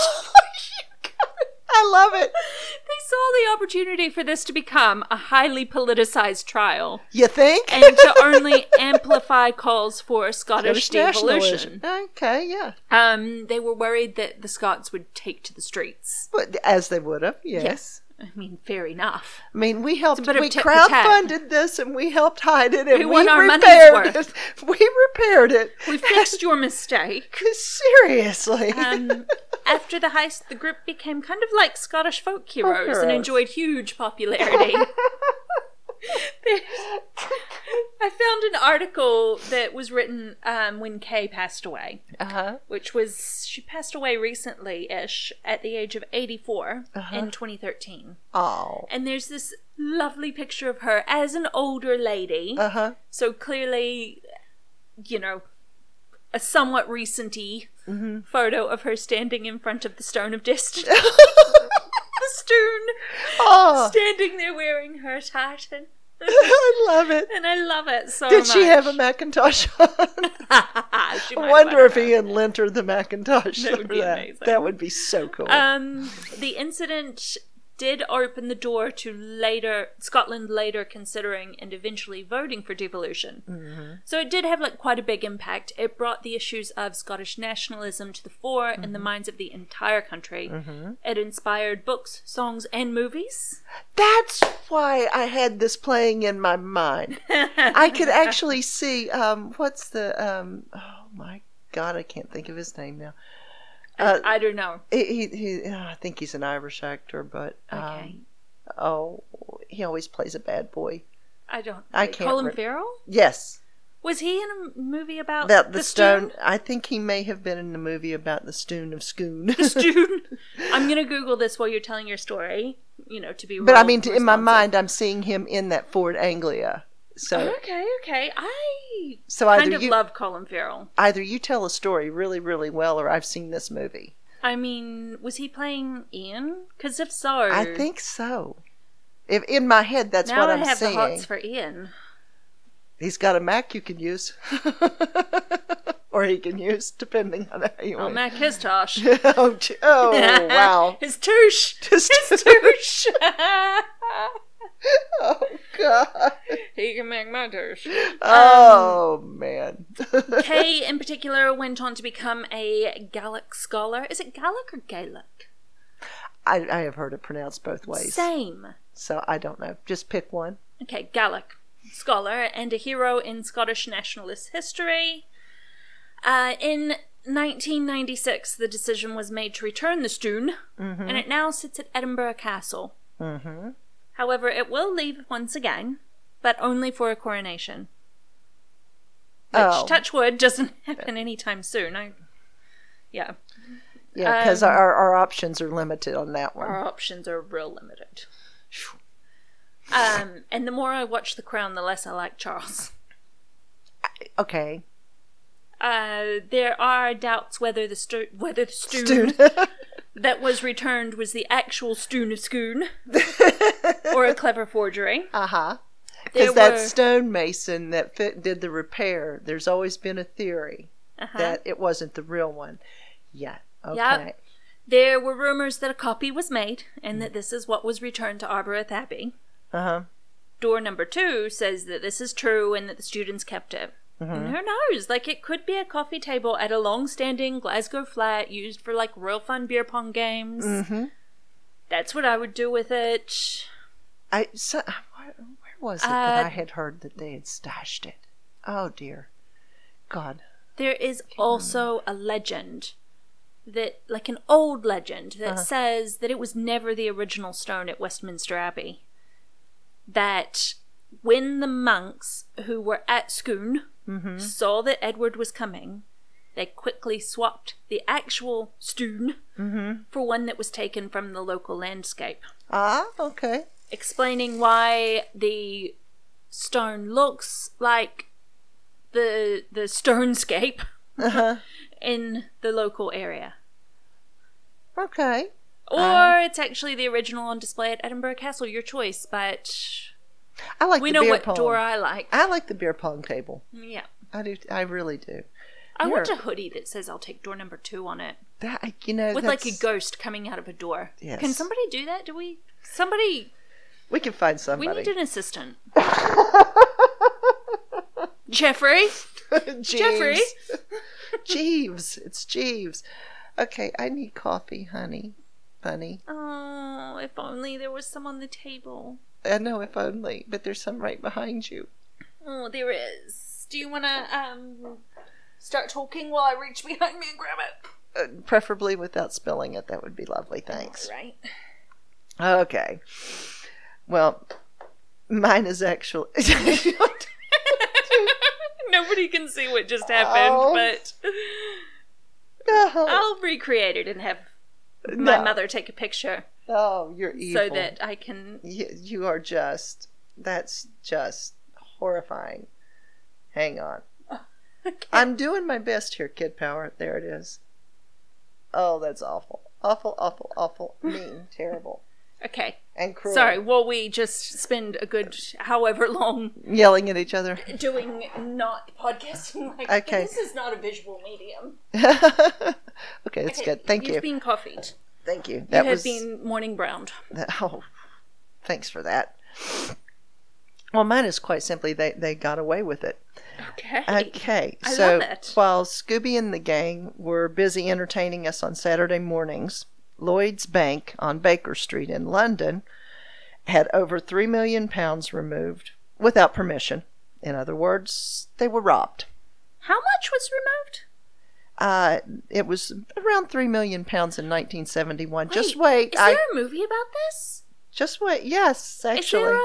Speaker 2: I love it.
Speaker 1: saw the opportunity for this to become a highly politicized trial
Speaker 2: You think?
Speaker 1: and to only amplify calls for Scottish
Speaker 2: There's
Speaker 1: devolution.
Speaker 2: nationalism. Okay, yeah.
Speaker 1: Um, they were worried that the Scots would take to the streets.
Speaker 2: But as they would have, yes.
Speaker 1: I mean, fair enough.
Speaker 2: I mean, we helped.
Speaker 1: bit of
Speaker 2: We
Speaker 1: tit for tat.
Speaker 2: crowdfunded this, and we helped hide it, and
Speaker 1: We
Speaker 2: we,
Speaker 1: want our money's
Speaker 2: repaired
Speaker 1: worth.
Speaker 2: it. We repaired it.
Speaker 1: We fixed your mistake.
Speaker 2: Seriously.
Speaker 1: Um, after the heist, the group became kind of like Scottish folk heroes and
Speaker 2: heroes.
Speaker 1: enjoyed huge popularity. There's- I found an article that was written um, when Kay passed away,
Speaker 2: uh-huh.
Speaker 1: which was she passed away recently ish at the age of 84
Speaker 2: Uh-huh.
Speaker 1: in 2013.
Speaker 2: Oh.
Speaker 1: And there's this lovely picture of her as an older lady.
Speaker 2: Uh huh.
Speaker 1: So clearly, you know, a somewhat recenty
Speaker 2: Mm-hmm.
Speaker 1: photo of her standing in front of the Stone of Destiny. the stone
Speaker 2: Oh,
Speaker 1: standing there wearing her tartan.
Speaker 2: I love it.
Speaker 1: And I love it so
Speaker 2: Did
Speaker 1: much.
Speaker 2: she have a Macintosh on?
Speaker 1: She might
Speaker 2: I
Speaker 1: have
Speaker 2: wonder
Speaker 1: had
Speaker 2: if
Speaker 1: her.
Speaker 2: Ian lent her the Macintosh.
Speaker 1: That would
Speaker 2: for
Speaker 1: be
Speaker 2: that.
Speaker 1: amazing.
Speaker 2: That would be so cool.
Speaker 1: Um, the incident did open the door to later Scotland later considering and eventually voting for devolution.
Speaker 2: Mm-hmm.
Speaker 1: So it did have like quite a big impact. It brought the issues of Scottish nationalism to the fore in
Speaker 2: Mm-hmm.
Speaker 1: the minds of the entire country. It inspired books, songs, and movies.
Speaker 2: That's why I had this playing in my mind. I could actually see um, what's the um, oh my god, I can't think of his name now. Uh,
Speaker 1: I don't know.
Speaker 2: he, he, he, oh, I think he's an Irish actor, but um,
Speaker 1: Okay.
Speaker 2: oh, he always plays a bad boy.
Speaker 1: I don't.
Speaker 2: I can't
Speaker 1: Colin
Speaker 2: re-
Speaker 1: Farrell?
Speaker 2: Yes,
Speaker 1: Was he in a movie about,
Speaker 2: About the, stone,
Speaker 1: Stoon?
Speaker 2: I think he may have been in the movie about the stone of Scoon.
Speaker 1: The Stoon. I'm gonna Google this while you're telling your story. You know, to be.
Speaker 2: but I
Speaker 1: role
Speaker 2: mean, to, in my
Speaker 1: responsive.
Speaker 2: mind, I'm seeing him in that Ford Anglia. So,
Speaker 1: Okay, okay. I
Speaker 2: so
Speaker 1: Uh-huh. kind
Speaker 2: either
Speaker 1: of
Speaker 2: you
Speaker 1: love Colin Farrell.
Speaker 2: either you tell a story really, really well, or I've seen this movie.
Speaker 1: I mean, was he playing Ian? Because if so,
Speaker 2: I think so. If in my head, that's
Speaker 1: now
Speaker 2: what
Speaker 1: I
Speaker 2: I'm
Speaker 1: have
Speaker 2: seeing.
Speaker 1: the hots for Ian.
Speaker 2: He's got a Mac you can use, or he can use depending on how you
Speaker 1: Oh,
Speaker 2: want.
Speaker 1: Mac his Tosh.
Speaker 2: oh, gee- oh, wow!
Speaker 1: his touche.
Speaker 2: Just
Speaker 1: His touche.
Speaker 2: oh god!
Speaker 1: he can make my touche.
Speaker 2: Oh man!
Speaker 1: Um, Kay, in particular, went on to become a Gallic scholar. Is it Gallic or Gaelic?
Speaker 2: I, I have heard it pronounced both ways,
Speaker 1: Same.
Speaker 2: so I don't know. Just pick one.
Speaker 1: Okay, Gallic scholar and a hero in Scottish nationalist history. Uh, in 1996, the decision was made to return the Stoon, and it now sits at Edinburgh Castle.
Speaker 2: Mm-hmm.
Speaker 1: However, it will leave once again, but only for a coronation. Which,
Speaker 2: Oh.
Speaker 1: touch wood, doesn't happen anytime soon. I, yeah,
Speaker 2: Yeah, because
Speaker 1: Um,
Speaker 2: our our options are limited on that one.
Speaker 1: our options are real limited. Um, and the more I watch The Crown, the less I like Charles.
Speaker 2: okay,
Speaker 1: Uh, there are doubts whether the stu- whether the stoon, that was returned was the actual stoon of Scoon or a clever forgery.
Speaker 2: uh huh.
Speaker 1: There
Speaker 2: Because that
Speaker 1: were-
Speaker 2: stonemason that fit, did the repair, there's always been a theory
Speaker 1: Uh-huh.
Speaker 2: that it wasn't the real one. Yeah. Okay.
Speaker 1: Yep. There were rumors that a copy was made and that this is what was returned to Arboreth Abbey.
Speaker 2: Uh huh.
Speaker 1: Door number two says that this is true and that the students kept it.
Speaker 2: Mm-hmm.
Speaker 1: And who knows? Like, it could be a coffee table at a long standing Glasgow flat used for like real fun beer pong games.
Speaker 2: Mm-hmm.
Speaker 1: That's what I would do with it.
Speaker 2: I so, where, where was it that
Speaker 1: Uh,
Speaker 2: I had heard that they had stashed it? Oh dear. God.
Speaker 1: There is also a legend that, like an old legend, that says that it was never the original stone at Westminster Abbey. That when the monks who were at Scone
Speaker 2: Mm-hmm. Hmm.
Speaker 1: saw that Edward was coming, they quickly swapped the actual stone for one that was taken from the local landscape
Speaker 2: Ah. Okay.
Speaker 1: explaining why the stone looks like the the stonescape Mm-hmm.
Speaker 2: Uh-huh.
Speaker 1: in the local area.
Speaker 2: Okay.
Speaker 1: Or it's actually the original on display at Edinburgh Castle, your choice, but
Speaker 2: I like
Speaker 1: we
Speaker 2: the
Speaker 1: know
Speaker 2: beer
Speaker 1: what
Speaker 2: pong.
Speaker 1: door I like.
Speaker 2: I like the beer pong table.
Speaker 1: Yeah.
Speaker 2: I do. I really do.
Speaker 1: I want a
Speaker 2: You're-
Speaker 1: hoodie that says I'll take door number two on it.
Speaker 2: That I- you know.
Speaker 1: With like a
Speaker 2: that's-
Speaker 1: ghost coming out of a door.
Speaker 2: Yes.
Speaker 1: Can somebody do that? Do we somebody
Speaker 2: We can find
Speaker 1: we
Speaker 2: somebody.
Speaker 1: need an assistant. Jeffrey?
Speaker 2: Jeeves.
Speaker 1: Jeffrey.
Speaker 2: Jeeves. It's Jeeves. Okay, I need coffee, honey. Bunny.
Speaker 1: Oh, if only there was some on the table.
Speaker 2: I know Uh, if only, but there's some right behind you.
Speaker 1: Oh, there is. Do you want to um start talking while I reach behind me and grab it?
Speaker 2: Uh, preferably without spilling it. That would be lovely. Thanks.
Speaker 1: Right.
Speaker 2: Okay. Well, mine is actually.
Speaker 1: Nobody can see what just happened,
Speaker 2: Oh.
Speaker 1: but
Speaker 2: no.
Speaker 1: I'll recreate it and have Oh, my
Speaker 2: No.
Speaker 1: mother take a picture
Speaker 2: Oh, you're evil.
Speaker 1: so that I can.
Speaker 2: you, you are just. That's just horrifying. Hang on. I'm doing my best here, Kid Power. There it is. Oh, that's awful. Awful, awful, awful, mean, terrible,
Speaker 1: Okay.
Speaker 2: and cruel.
Speaker 1: Sorry. Will we just spend a good however long
Speaker 2: Yelling at each other.
Speaker 1: doing not podcasting? Like,
Speaker 2: Okay.
Speaker 1: This is not a visual medium.
Speaker 2: okay, that's
Speaker 1: Okay,
Speaker 2: good. Thank you
Speaker 1: You've been coffeed.
Speaker 2: Thank you.
Speaker 1: You
Speaker 2: That
Speaker 1: have
Speaker 2: was.
Speaker 1: been morning browned.
Speaker 2: that- oh, thanks for that. Well, mine is quite simply they, they got away with it.
Speaker 1: Okay.
Speaker 2: Okay,
Speaker 1: I
Speaker 2: so
Speaker 1: love it.
Speaker 2: while Scooby and the gang were busy entertaining us on Saturday mornings, Lloyd's Bank on Baker Street in London had over three million pounds removed without permission. In other words, they were robbed.
Speaker 1: How much was removed?
Speaker 2: Uh, it was around three million pounds in 1971. Just
Speaker 1: Wait,
Speaker 2: wait,
Speaker 1: Is
Speaker 2: I
Speaker 1: there a movie about this?
Speaker 2: Just wait. Yes,
Speaker 1: Is
Speaker 2: actually.
Speaker 1: there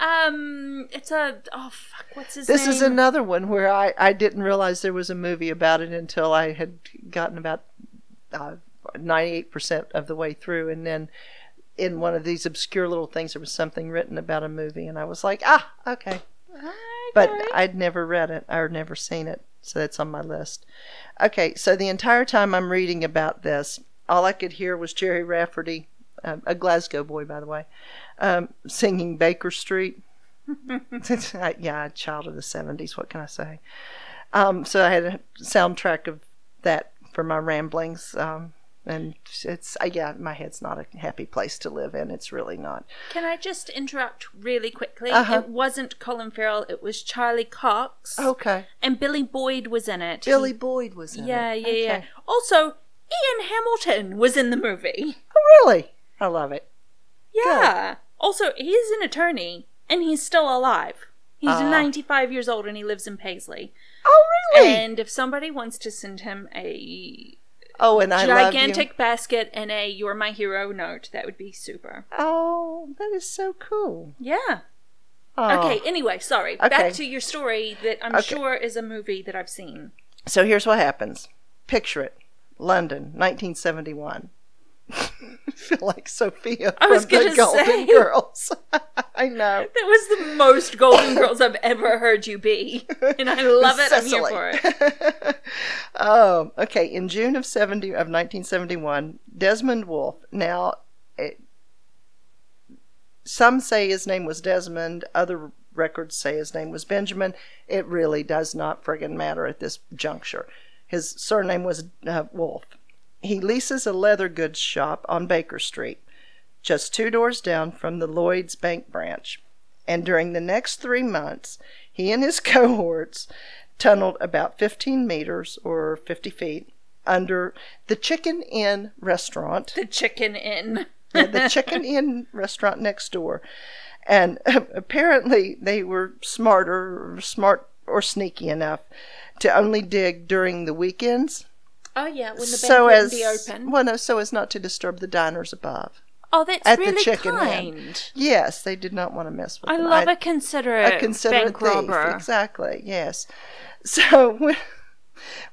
Speaker 1: a um? It's a oh fuck. What's his
Speaker 2: This
Speaker 1: name?
Speaker 2: is another one where I, I didn't realize there was a movie about it until I had gotten about uh, 98% of the way through. And then in one of these obscure little things, there was something written about a movie. And I was like, ah, okay. But uh,
Speaker 1: Okay.
Speaker 2: I'd never read it or never seen it. So that's on my list. Okay, so the entire time I'm reading about this, all I could hear was Jerry Rafferty, um, a Glasgow boy, by the way, um, singing Baker Street. yeah, a child of the 70s, what can I say? Um, so I had a soundtrack of that for my ramblings. Um, and it's, uh, yeah, my head's not a happy place to live in. It's really not.
Speaker 1: Can I just interrupt really quickly?
Speaker 2: Uh-huh.
Speaker 1: It wasn't Colin Farrell. It was Charlie Cox.
Speaker 2: Okay.
Speaker 1: And Billy Boyd was in it.
Speaker 2: Billy Boyd was in
Speaker 1: Yeah,
Speaker 2: it.
Speaker 1: yeah,
Speaker 2: Okay.
Speaker 1: yeah. Also, Ian Hamilton was in the movie.
Speaker 2: Oh, really? I love it.
Speaker 1: Yeah. Also, he's an attorney and he's still alive. He's
Speaker 2: Ah.
Speaker 1: 95 years old and he lives in Paisley.
Speaker 2: Oh, really?
Speaker 1: And if somebody wants to send him a
Speaker 2: oh, and I love you.
Speaker 1: gigantic basket and a You're My Hero note, that would be super.
Speaker 2: Oh, that is so cool.
Speaker 1: Yeah.
Speaker 2: Oh.
Speaker 1: Okay, anyway, sorry.
Speaker 2: Okay.
Speaker 1: Back to your story that I'm
Speaker 2: Okay.
Speaker 1: sure is a movie that I've seen.
Speaker 2: So here's what happens. Picture it. London, 1971. I feel like Sophia
Speaker 1: I was
Speaker 2: from the
Speaker 1: gonna
Speaker 2: Golden
Speaker 1: say.
Speaker 2: Girls. I know.
Speaker 1: That was the most Golden Girls I've ever heard you be. And I love it. I'm here
Speaker 2: Cecily.
Speaker 1: for it.
Speaker 2: um, okay, in June of 70 of 1971, Desmond Wolfe. Now, it, some say his name was Desmond, other records say his name was Benjamin. It really does not friggin' matter at this juncture. His surname was uh, Wolfe. He leases a leather goods shop on Baker Street, just two doors down from the Lloyd's Bank branch. And during the next three months, he and his cohorts tunneled about 15 meters or 50 feet under the Chicken Inn restaurant,
Speaker 1: The Chicken Inn.
Speaker 2: the Chicken Inn restaurant next door. And apparently they were smarter, smart or sneaky enough to only dig during the weekends.
Speaker 1: Oh, yeah, when the
Speaker 2: so
Speaker 1: bank
Speaker 2: as
Speaker 1: wouldn't be open.
Speaker 2: well, no, so as not to disturb the diners above.
Speaker 1: Oh, that's
Speaker 2: at the
Speaker 1: really
Speaker 2: Chicken Inn.
Speaker 1: kind.
Speaker 2: Yes, they did not want to mess with
Speaker 1: I
Speaker 2: them.
Speaker 1: love a considerate,
Speaker 2: a considerate
Speaker 1: bank
Speaker 2: thief.
Speaker 1: robber.
Speaker 2: Exactly. Yes. So when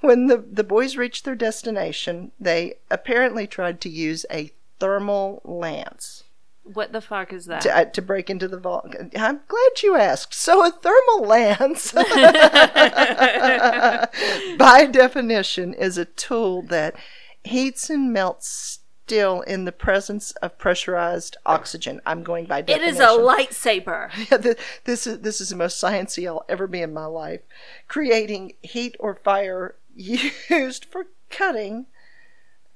Speaker 2: when the the boys reached their destination, they apparently tried to use a thermal lance
Speaker 1: What the fuck is that?
Speaker 2: to, uh, to break into the vault. I'm glad you asked. So a thermal lance, by definition, is a tool that heats and melts steel in the presence of pressurized oxygen. I'm going by
Speaker 1: It
Speaker 2: definition.
Speaker 1: is a lightsaber.
Speaker 2: Yeah, th- this is this is the most sciencey I'll ever be in my life. Creating heat or fire used for cutting.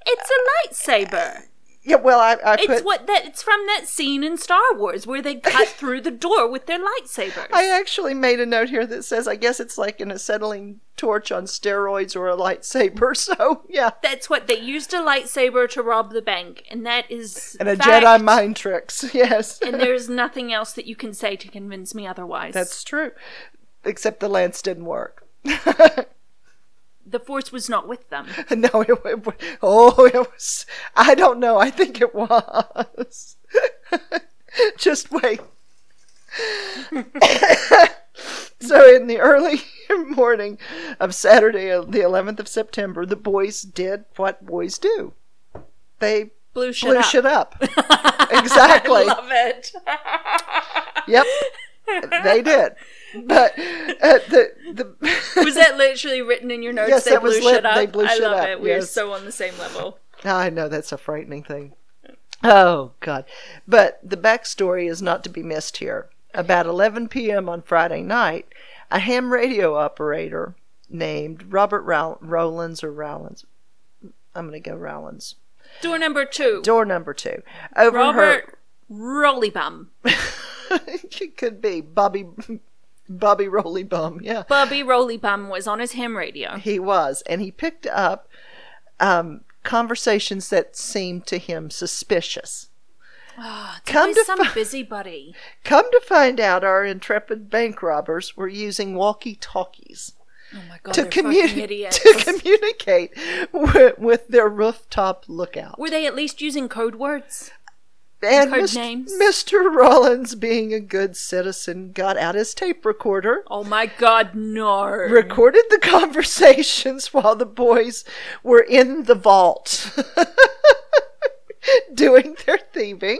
Speaker 1: It's a lightsaber.
Speaker 2: Yeah, well, I, I
Speaker 1: It's
Speaker 2: put.
Speaker 1: what that it's from that scene in Star Wars where they cut through the door with their lightsabers.
Speaker 2: I actually made a note here that says I guess it's like an acetylene torch on steroids or a lightsaber. So yeah,
Speaker 1: That's what they used a lightsaber to rob the bank, and that is
Speaker 2: and a
Speaker 1: fact,
Speaker 2: Jedi mind tricks. Yes,
Speaker 1: And there is nothing else that you can say to convince me otherwise.
Speaker 2: that's true. Except the lance didn't work.
Speaker 1: the force was not with them.
Speaker 2: No, it, it wa- oh, it was. I don't know. I think it was. Just wait. so, in the early morning of Saturday, uh, the 11th of September, the boys did what boys do. They
Speaker 1: Blue shit
Speaker 2: blew
Speaker 1: up.
Speaker 2: shit up. exactly.
Speaker 1: Love it.
Speaker 2: Yep. They did. But uh, the the
Speaker 1: Was that literally written in your notes?
Speaker 2: Yes,
Speaker 1: they
Speaker 2: that
Speaker 1: blew
Speaker 2: was
Speaker 1: shit
Speaker 2: lit-
Speaker 1: up.
Speaker 2: they blew
Speaker 1: I
Speaker 2: shit
Speaker 1: love
Speaker 2: up,
Speaker 1: it. We are
Speaker 2: yes.
Speaker 1: so on the same level.
Speaker 2: Ah, I know that's a frightening thing. Oh God! But the backstory is not to be missed here. About 11 p.m. on Friday night, a ham radio operator named Robert Row- Rowlands or Rowlands, I'm going to go Rowlands.
Speaker 1: Door number two.
Speaker 2: Door number two overheard.
Speaker 1: Robert Rollybum.
Speaker 2: it could be Bobby, Bobby Roly Bum. Yeah.
Speaker 1: Bobby Rollybum was on his ham radio.
Speaker 2: He was, and he picked up um, conversations that seemed to him suspicious. Come
Speaker 1: Come
Speaker 2: to
Speaker 1: some
Speaker 2: fi-
Speaker 1: busybody.
Speaker 2: Come to find out, our intrepid bank robbers were using walkie talkies
Speaker 1: Oh my god,
Speaker 2: to,
Speaker 1: they're
Speaker 2: communi-
Speaker 1: fucking idiots.
Speaker 2: to communicate with, with their rooftop lookout.
Speaker 1: Were they at least using code words?
Speaker 2: And
Speaker 1: Code
Speaker 2: Mis-
Speaker 1: names.
Speaker 2: Mr. Rollins, being a good citizen, got out his tape recorder,
Speaker 1: Oh my god, no.
Speaker 2: recorded the conversations while the boys were in the vault doing their thieving.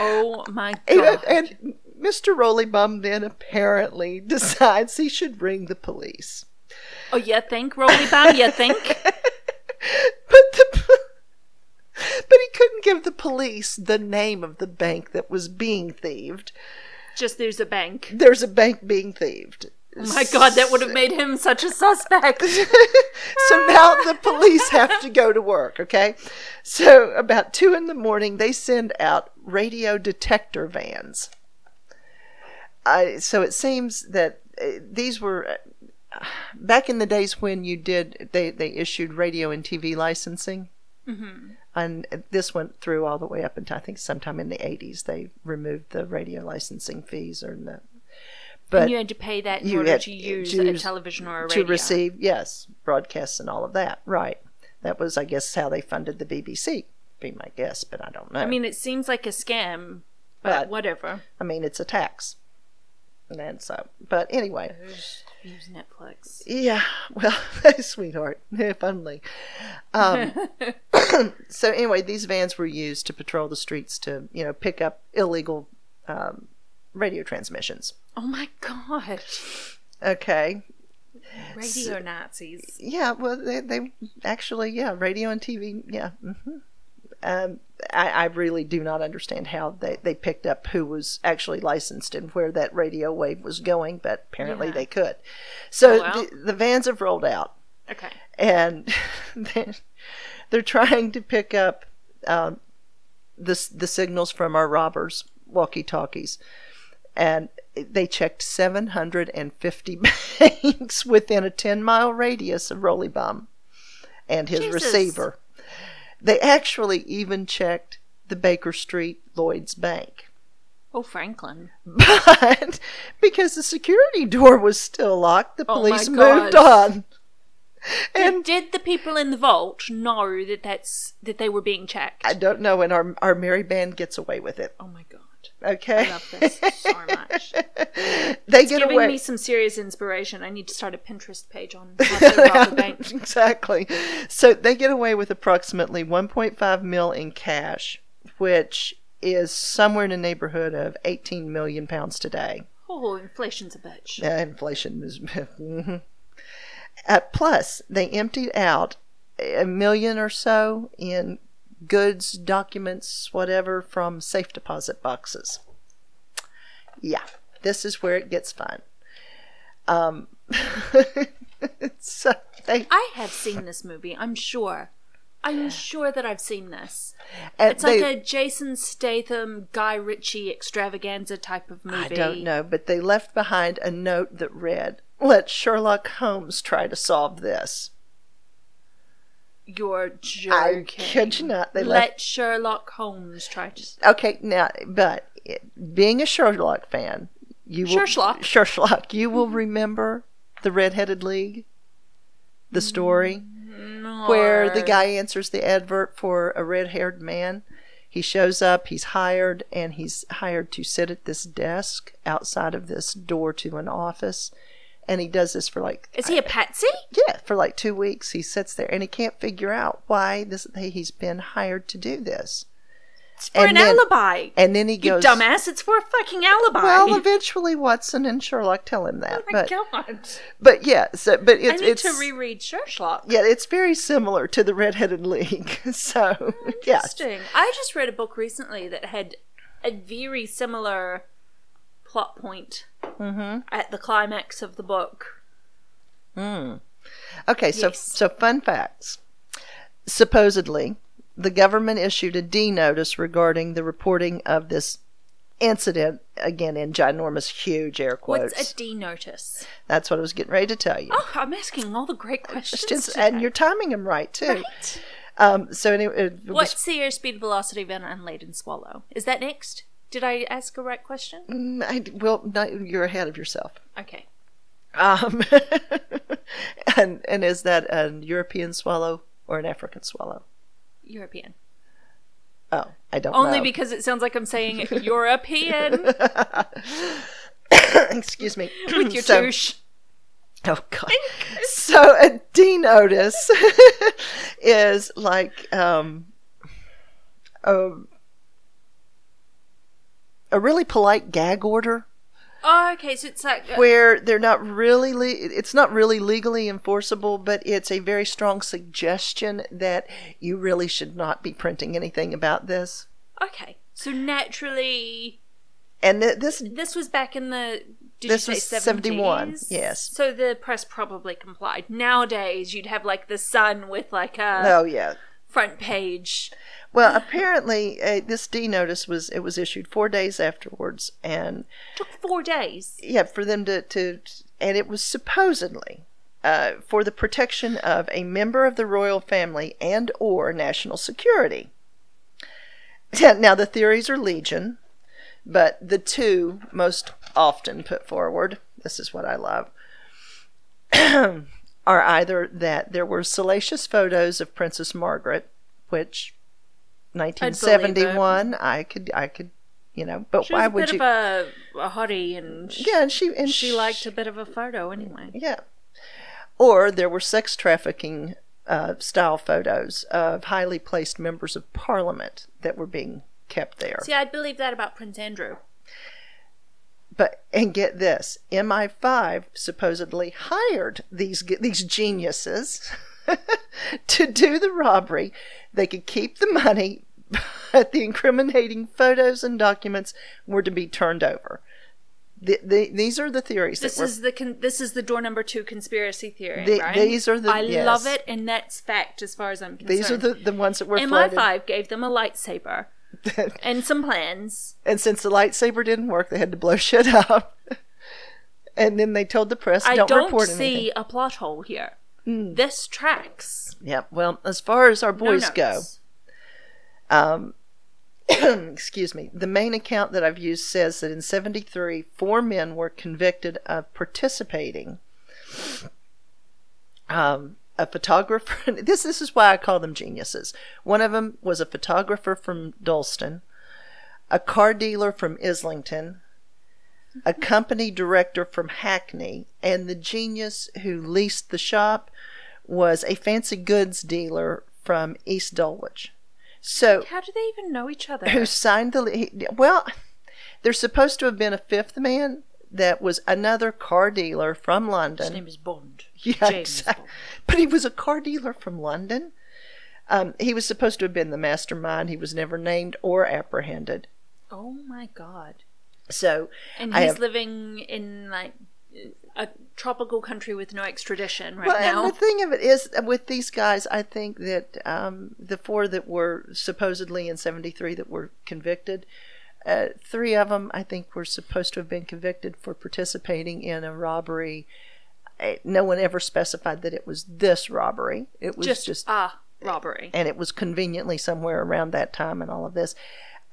Speaker 1: oh my
Speaker 2: And,
Speaker 1: god.
Speaker 2: and Mr. Rolly Bum then apparently decides he should ring the police.
Speaker 1: oh, you think, Rolly Bam? You think?
Speaker 2: But the but he couldn't give the police the name of the bank that was being thieved.
Speaker 1: Just there's a bank.
Speaker 2: There's a bank being thieved.
Speaker 1: Oh my god, that would have made him such a suspect.
Speaker 2: so now the police have to go to work, okay? So about two in the morning, they send out radio detector vans. I, so it seems that uh, these were uh, back in the days when you did they, they issued radio and TV licensing. And this went through all the way up until I think sometime in the 80s they removed the radio licensing fees or the but
Speaker 1: and you had to pay that in
Speaker 2: you
Speaker 1: order
Speaker 2: had-
Speaker 1: to use
Speaker 2: to
Speaker 1: a
Speaker 2: use-
Speaker 1: television or a
Speaker 2: to
Speaker 1: radio.
Speaker 2: receive yes broadcasts and all of that right that was i guess how they funded the bbc be my guess but i don't know
Speaker 1: I mean, it seems like a scam, but,
Speaker 2: But-
Speaker 1: whatever.
Speaker 2: i mean it's a tax and so but anyway
Speaker 1: Use Netflix.
Speaker 2: yeah well sweetheart if only um, so anyway these vans were used to patrol the streets to you know pick up illegal um, radio transmissions
Speaker 1: Oh my god.
Speaker 2: okay
Speaker 1: Radio Nazis.
Speaker 2: Yeah, well, they, they actually, yeah, radio and TV, yeah. hmm Um, I, I really do not understand how they, they picked up who was actually licensed and where that radio wave was going, but apparently
Speaker 1: Yeah.
Speaker 2: they could. So
Speaker 1: Oh, well.
Speaker 2: the, the vans have rolled out,
Speaker 1: Okay.
Speaker 2: and they're, they're trying to pick up um, the s- the signals from our robbers' walkie talkies, and they checked 750 banks within a 10 mile radius of Rolly Bum and his
Speaker 1: Jesus.
Speaker 2: receiver. They actually even checked the Baker Street Lloyd's Bank.
Speaker 1: Oh, Franklin.
Speaker 2: But because the security door was still locked, the
Speaker 1: Oh my
Speaker 2: police
Speaker 1: gosh.
Speaker 2: moved on. And
Speaker 1: Did, did the people in the vault know that that's that they were being checked?
Speaker 2: I don't know, and our our merry band gets away with it.
Speaker 1: oh my god.
Speaker 2: Okay,
Speaker 1: I love this so much.
Speaker 2: they
Speaker 1: It's
Speaker 2: get
Speaker 1: giving
Speaker 2: away.
Speaker 1: me some serious inspiration. I need to start a Pinterest page on how to rob a bank.
Speaker 2: exactly. So they get away with approximately 1.5 mil in cash, which is somewhere in the neighborhood of 18 million pounds today.
Speaker 1: Oh, inflation's a bitch.
Speaker 2: Uh, inflation is. Mhm. uh, plus, they emptied out a million or so in goods, documents, whatever from safe deposit boxes. Yeah, this is where it gets fun. Um, so they,
Speaker 1: I have seen this movie, I'm sure. I'm sure that I've seen this.
Speaker 2: and
Speaker 1: It's like
Speaker 2: Uh, they-
Speaker 1: a Jason Statham, Guy Ritchie extravaganza type of movie.
Speaker 2: I don't know, but they left behind a note that read, "Let Sherlock Holmes try to solve this."
Speaker 1: You're joking.
Speaker 2: kid you not, they
Speaker 1: Let
Speaker 2: left-
Speaker 1: Sherlock Holmes try to.
Speaker 2: Okay, now, but it, being a Sherlock fan, you will
Speaker 1: Sherlock.
Speaker 2: Sherlock, you will remember the Redheaded League, the story
Speaker 1: No.
Speaker 2: where the guy answers the advert for a red-haired man. He shows up, he's hired, and he's hired to sit at this desk outside of this door to an office. And he does this for like
Speaker 1: Is he a patsy?
Speaker 2: yeah, for like two weeks he sits there and he can't figure out why this he's been hired to do this.
Speaker 1: It's for
Speaker 2: And
Speaker 1: an
Speaker 2: then-
Speaker 1: alibi.
Speaker 2: And then he
Speaker 1: You
Speaker 2: goes,
Speaker 1: dumbass, it's for a fucking alibi.
Speaker 2: Well,
Speaker 1: oh
Speaker 2: eventually Watson and Sherlock tell him that,
Speaker 1: my
Speaker 2: but
Speaker 1: god.
Speaker 2: but yeah, so but
Speaker 1: I
Speaker 2: it's
Speaker 1: need
Speaker 2: it's
Speaker 1: to reread Sherlock.
Speaker 2: yeah, it's very similar to the Redheaded League. So yes,
Speaker 1: Mm, Interesting. I just read a book recently that had a very similar plot point
Speaker 2: Mm-hmm.
Speaker 1: at the climax of the book.
Speaker 2: okay, so
Speaker 1: Yes.
Speaker 2: so fun facts. Supposedly, the government issued a D notice regarding the reporting of this incident again in ginormous, huge air quotes.
Speaker 1: What's a D notice?
Speaker 2: That's what I was getting ready to tell you.
Speaker 1: Oh, I'm asking all the great questions.
Speaker 2: Just-
Speaker 1: today.
Speaker 2: and you're timing them right too.
Speaker 1: Right?
Speaker 2: Um, so anyway, it was
Speaker 1: What's the airspeed, velocity of an unladen swallow? Is that next? Did I ask a right question?
Speaker 2: Mm, I, well, no, you're ahead of yourself.
Speaker 1: Okay.
Speaker 2: Um, and and is that an European swallow or an African swallow?
Speaker 1: European.
Speaker 2: Oh, I don't
Speaker 1: Only
Speaker 2: know.
Speaker 1: because it sounds like I'm saying European
Speaker 2: Excuse me.
Speaker 1: with your
Speaker 2: So-
Speaker 1: douche.
Speaker 2: Oh God! So a Dean Otis is like um, a a really polite gag order
Speaker 1: Oh, okay, so it's like. uh,
Speaker 2: where they're not really le- it's not really legally enforceable, but it's a very strong suggestion that you really should not be printing anything about this.
Speaker 1: uh, okay, so naturally,
Speaker 2: And th- this
Speaker 1: this was back in the. Did
Speaker 2: This
Speaker 1: you
Speaker 2: was
Speaker 1: say
Speaker 2: 71,
Speaker 1: 70s?
Speaker 2: yes.
Speaker 1: So the press probably complied. Nowadays, you'd have like the Sun with like a
Speaker 2: oh yeah,
Speaker 1: front page.
Speaker 2: well apparently uh, this D notice was it was issued four days afterwards and.
Speaker 1: Took four days.
Speaker 2: yeah, for them to, to and it was supposedly uh, for the protection of a member of the royal family and or national security. Now the theories are legion, but the two most often put forward, this is what I love, are either that there were salacious photos of Princess Margaret, which 1971 I could I could you know, but
Speaker 1: She was
Speaker 2: why
Speaker 1: a
Speaker 2: would
Speaker 1: bit
Speaker 2: you
Speaker 1: of a, a hottie, and she,
Speaker 2: Yeah, and she and
Speaker 1: she liked a bit of a photo anyway.
Speaker 2: Yeah. Or there were sex trafficking uh, style photos of highly placed members of parliament that were being kept there.
Speaker 1: See, I'd believe that about Prince Andrew.
Speaker 2: But and get this, MI5 supposedly hired these ge- these geniuses to do the robbery. They could keep the money, but the incriminating photos and documents were to be turned over. The, the, these are the theories
Speaker 1: This
Speaker 2: that were
Speaker 1: is the con- this is the door number two conspiracy theory.
Speaker 2: The-
Speaker 1: right?
Speaker 2: these are the-
Speaker 1: I love
Speaker 2: yes.
Speaker 1: it, and that's fact as far as I'm concerned.
Speaker 2: these are the, the ones that were floated.
Speaker 1: MI5 gave them a lightsaber and some plans.
Speaker 2: And since the lightsaber didn't work, they had to blow shit up. and then they told the press,
Speaker 1: I
Speaker 2: "Don't,
Speaker 1: don't
Speaker 2: report
Speaker 1: see
Speaker 2: anything."
Speaker 1: a plot hole here. This tracks.
Speaker 2: Yeah. Well, as far as our
Speaker 1: No
Speaker 2: boys um,
Speaker 1: notes.
Speaker 2: go, excuse me. The main account that I've used says that in '73, four men were convicted of participating. Um, a photographer. This this is why I call them geniuses. One of them was a photographer from Dalston, a car dealer from Islington, a company director from Hackney, and the genius who leased the shop was a fancy goods dealer from East Dulwich. So,
Speaker 1: How do they even know each other?
Speaker 2: who signed the le- he- well? There's supposed to have been a fifth man that was another car dealer from London.
Speaker 1: His name is Bond.
Speaker 2: Yeah,
Speaker 1: James
Speaker 2: exact-
Speaker 1: Bond.
Speaker 2: But he was a car dealer from London. Um, he was supposed to have been the mastermind. He was never named or apprehended.
Speaker 1: Oh my god.
Speaker 2: So,
Speaker 1: And
Speaker 2: I
Speaker 1: he's
Speaker 2: have-
Speaker 1: living in like a tropical country with no extradition right
Speaker 2: well,
Speaker 1: now.
Speaker 2: and the thing of it is, uh, with these guys, I think that um, the four that were supposedly in '73 that were convicted, uh, three of them, I think, were supposed to have been convicted for participating in a robbery. Uh, No one ever specified that it was this robbery. It was
Speaker 1: just,
Speaker 2: just
Speaker 1: ah robbery.
Speaker 2: and it was conveniently somewhere around that time and all of this.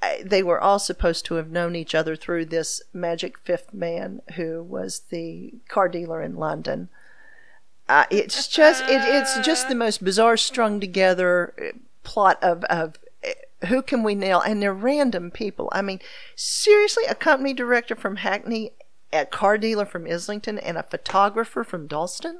Speaker 2: I- They were all supposed to have known each other through this magic fifth man who was the car dealer in London. Uh, it's just it, it's just the most bizarre strung together eh, plot of of eh, who can we nail and they're random people. I mean, seriously, a company director from Hackney, a car dealer from Islington, and a photographer from Dalston.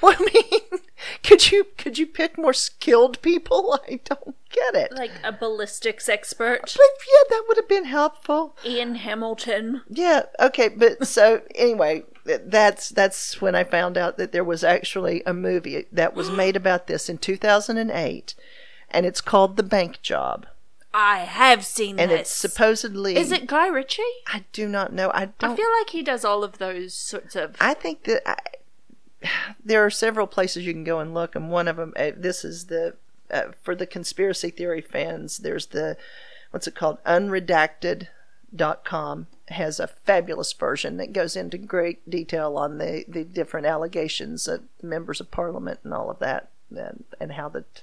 Speaker 2: What I mean, could you could you pick more skilled people? I don't get it.
Speaker 1: Like a ballistics expert.
Speaker 2: But yeah, that would have been helpful.
Speaker 1: Ian Hamilton.
Speaker 2: Yeah, okay, but so anyway, th- that's that's when I found out that there was actually a movie that was made about this in 2008, and it's called The Bank Job,
Speaker 1: I have seen
Speaker 2: and it's
Speaker 1: this.
Speaker 2: supposedly
Speaker 1: Is it Guy Ritchie?
Speaker 2: I do not know. I don't.
Speaker 1: I feel like he does all of those sorts of.
Speaker 2: I think that I, there are several places you can go and look, and one of them. Uh, this is the uh, for the conspiracy theory fans. There's the what's it called? Unredacted.com has a fabulous version that goes into great detail on the the different allegations of members of parliament and all of that, and and how that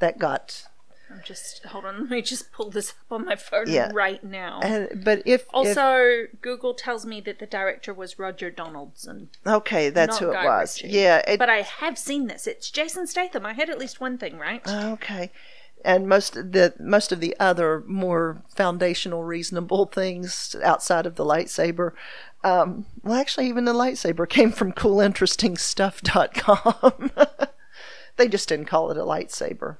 Speaker 2: that got.
Speaker 1: I'm just hold on. Let me just pull this up on my phone
Speaker 2: Yeah.
Speaker 1: right now.
Speaker 2: And, eh, but if if-
Speaker 1: Also, Google tells me that the director was Roger Donaldson,
Speaker 2: okay,
Speaker 1: not
Speaker 2: that's who it
Speaker 1: Guy
Speaker 2: was.
Speaker 1: Ritchie.
Speaker 2: Yeah, it, Uh,
Speaker 1: but I have seen this. It's Jason Statham. I had at least one thing right.
Speaker 2: Okay. and most of the most of the other more foundational reasonable things outside of the lightsaber um, well actually even the lightsaber came from coolinterestingstuff.com they just didn't call it a lightsaber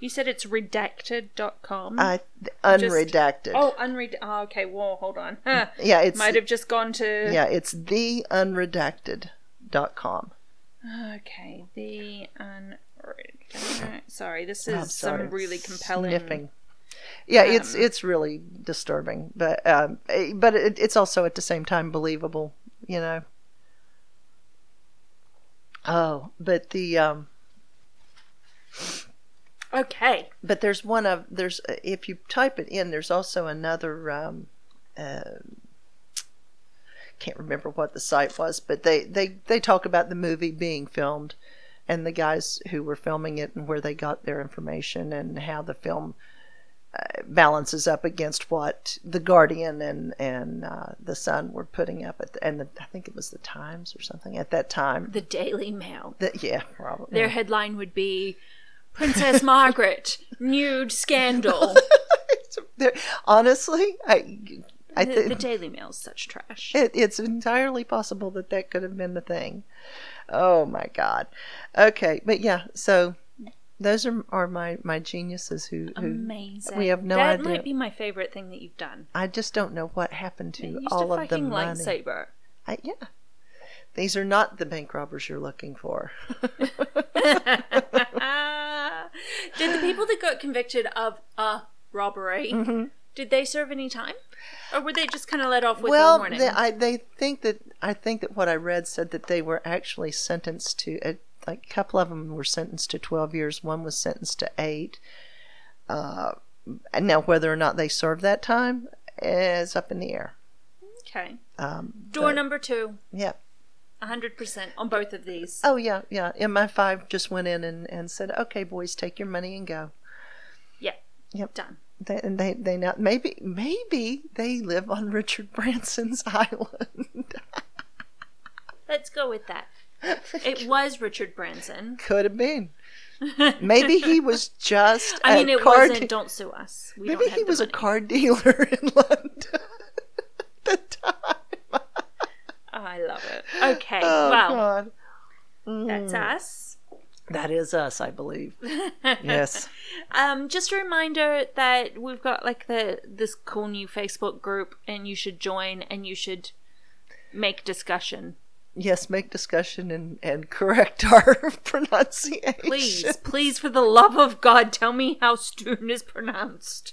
Speaker 1: You said it's redacted.com.
Speaker 2: i unredacted
Speaker 1: Hmm. oh, unread. Oh, okay. Whoa, hold on. Huh.
Speaker 2: yeah it's
Speaker 1: Might have just gone to.
Speaker 2: yeah it's the unredacted.com
Speaker 1: Okay. The unread. Sorry, this is
Speaker 2: I'm sorry,
Speaker 1: some really compelling. um,
Speaker 2: sniffing. Yeah, it's it's really disturbing, but um, eh, but it, it's also at the same time believable, you know. Oh, but the um,
Speaker 1: Okay.
Speaker 2: but there's one of there's uh, if you type it in, there's also another. Um, uh, can't remember what the site was, but they they they talk about the movie being filmed, and the guys who were filming it and where they got their information and how the film uh, balances up against what the Guardian and and uh, the Sun were putting up at the, and the, I think it was the Times or something at that time.
Speaker 1: The Daily Mail.
Speaker 2: The, yeah, probably.
Speaker 1: Their headline would be Princess Margaret, nude scandal.
Speaker 2: They're- honestly, I I
Speaker 1: the,
Speaker 2: think
Speaker 1: the Daily Mail's such trash.
Speaker 2: It, it's entirely possible that that could have been the thing. Oh my God. Okay, but yeah. So those are are my my geniuses who who
Speaker 1: Amazing.
Speaker 2: we have no
Speaker 1: that
Speaker 2: idea.
Speaker 1: might be my favorite thing that you've done.
Speaker 2: I just don't know what happened to
Speaker 1: Used
Speaker 2: all
Speaker 1: a
Speaker 2: of the
Speaker 1: fucking
Speaker 2: money.
Speaker 1: lightsaber.
Speaker 2: I, yeah. These are not the bank robbers you're looking for.
Speaker 1: did the people that got convicted of a robbery
Speaker 2: Mm-hmm.
Speaker 1: did they serve any time, or were they just kind of let off with
Speaker 2: well,
Speaker 1: a warning?
Speaker 2: they, I, they think that I think that what I read said that they were actually sentenced to a like a couple of them were sentenced to 12 years. One was sentenced to eight. Uh, and now, whether or not they served that time is up in the air.
Speaker 1: okay.
Speaker 2: Um,
Speaker 1: Door
Speaker 2: but-
Speaker 1: number two,
Speaker 2: Yeah.
Speaker 1: hundred percent on both of these.
Speaker 2: Oh yeah, yeah. MI5 just went in and, and said, "Okay, boys, take your money and go."
Speaker 1: Yeah.
Speaker 2: Yep.
Speaker 1: Done.
Speaker 2: They, and they they now maybe maybe they live on Richard Branson's island.
Speaker 1: Let's go with that. It was Richard Branson.
Speaker 2: Could have been. Maybe he was just.
Speaker 1: I mean,
Speaker 2: a
Speaker 1: it
Speaker 2: car
Speaker 1: wasn't.
Speaker 2: de-
Speaker 1: Don't sue us. We
Speaker 2: Maybe
Speaker 1: don't have
Speaker 2: he
Speaker 1: the
Speaker 2: was a
Speaker 1: money.
Speaker 2: car dealer in London at the time.
Speaker 1: Oh, I love it. Okay.
Speaker 2: Oh
Speaker 1: well,
Speaker 2: God,
Speaker 1: that's us.
Speaker 2: that is us, I believe. yes.
Speaker 1: Um, just a reminder that we've got like the this cool new Facebook group, and you should join, and you should make discussion.
Speaker 2: Yes, make discussion and, and correct our pronunciation.
Speaker 1: Please, please, for the love of God, tell me how Stoon is pronounced.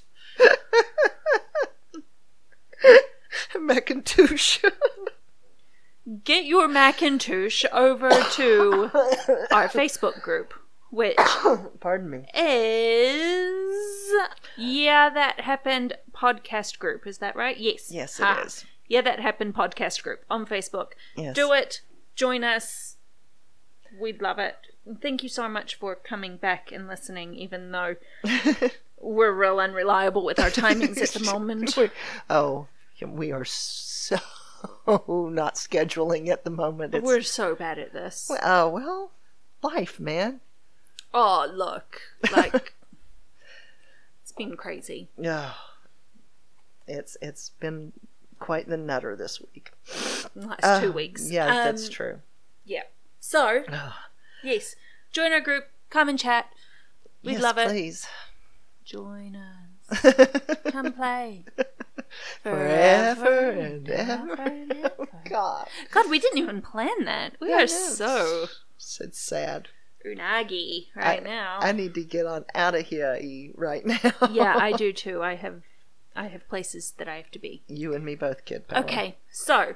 Speaker 2: Macintouche.
Speaker 1: Get your Macintosh over to our Facebook group, which
Speaker 2: Pardon me.
Speaker 1: is yeah, that happened podcast group. Is that right? Yes.
Speaker 2: Yes, it
Speaker 1: it is.
Speaker 2: is.
Speaker 1: Yeah, that happened podcast group on Facebook.
Speaker 2: Yes.
Speaker 1: Do it. Join us. We'd love it. Thank you so much for coming back and listening, even though we're real unreliable with our timings at the moment.
Speaker 2: We- oh, we are so not scheduling at the moment. It's,
Speaker 1: We're so bad at this.
Speaker 2: oh well, life, man.
Speaker 1: Oh, look. Like, it's been crazy.
Speaker 2: Yeah. It's it's been quite the nutter this week.
Speaker 1: Last
Speaker 2: Uh,
Speaker 1: two weeks.
Speaker 2: Yeah, that's
Speaker 1: Um,
Speaker 2: true.
Speaker 1: Yeah. So,
Speaker 2: Ugh.
Speaker 1: yes, join our group. Come and chat. We'd
Speaker 2: Yes,
Speaker 1: love it.
Speaker 2: please.
Speaker 1: Join us. Come play.
Speaker 2: Forever and ever. Oh,
Speaker 1: and ever.
Speaker 2: God,
Speaker 1: God, we didn't even plan that. We
Speaker 2: Yeah, I know.
Speaker 1: are so
Speaker 2: it's, it's sad.
Speaker 1: unagi right
Speaker 2: I-
Speaker 1: now.
Speaker 2: I need to get on out of here E, right now.
Speaker 1: yeah, I do too. I have, I have places that I have to be.
Speaker 2: You and me both, kid. Power.
Speaker 1: Okay, so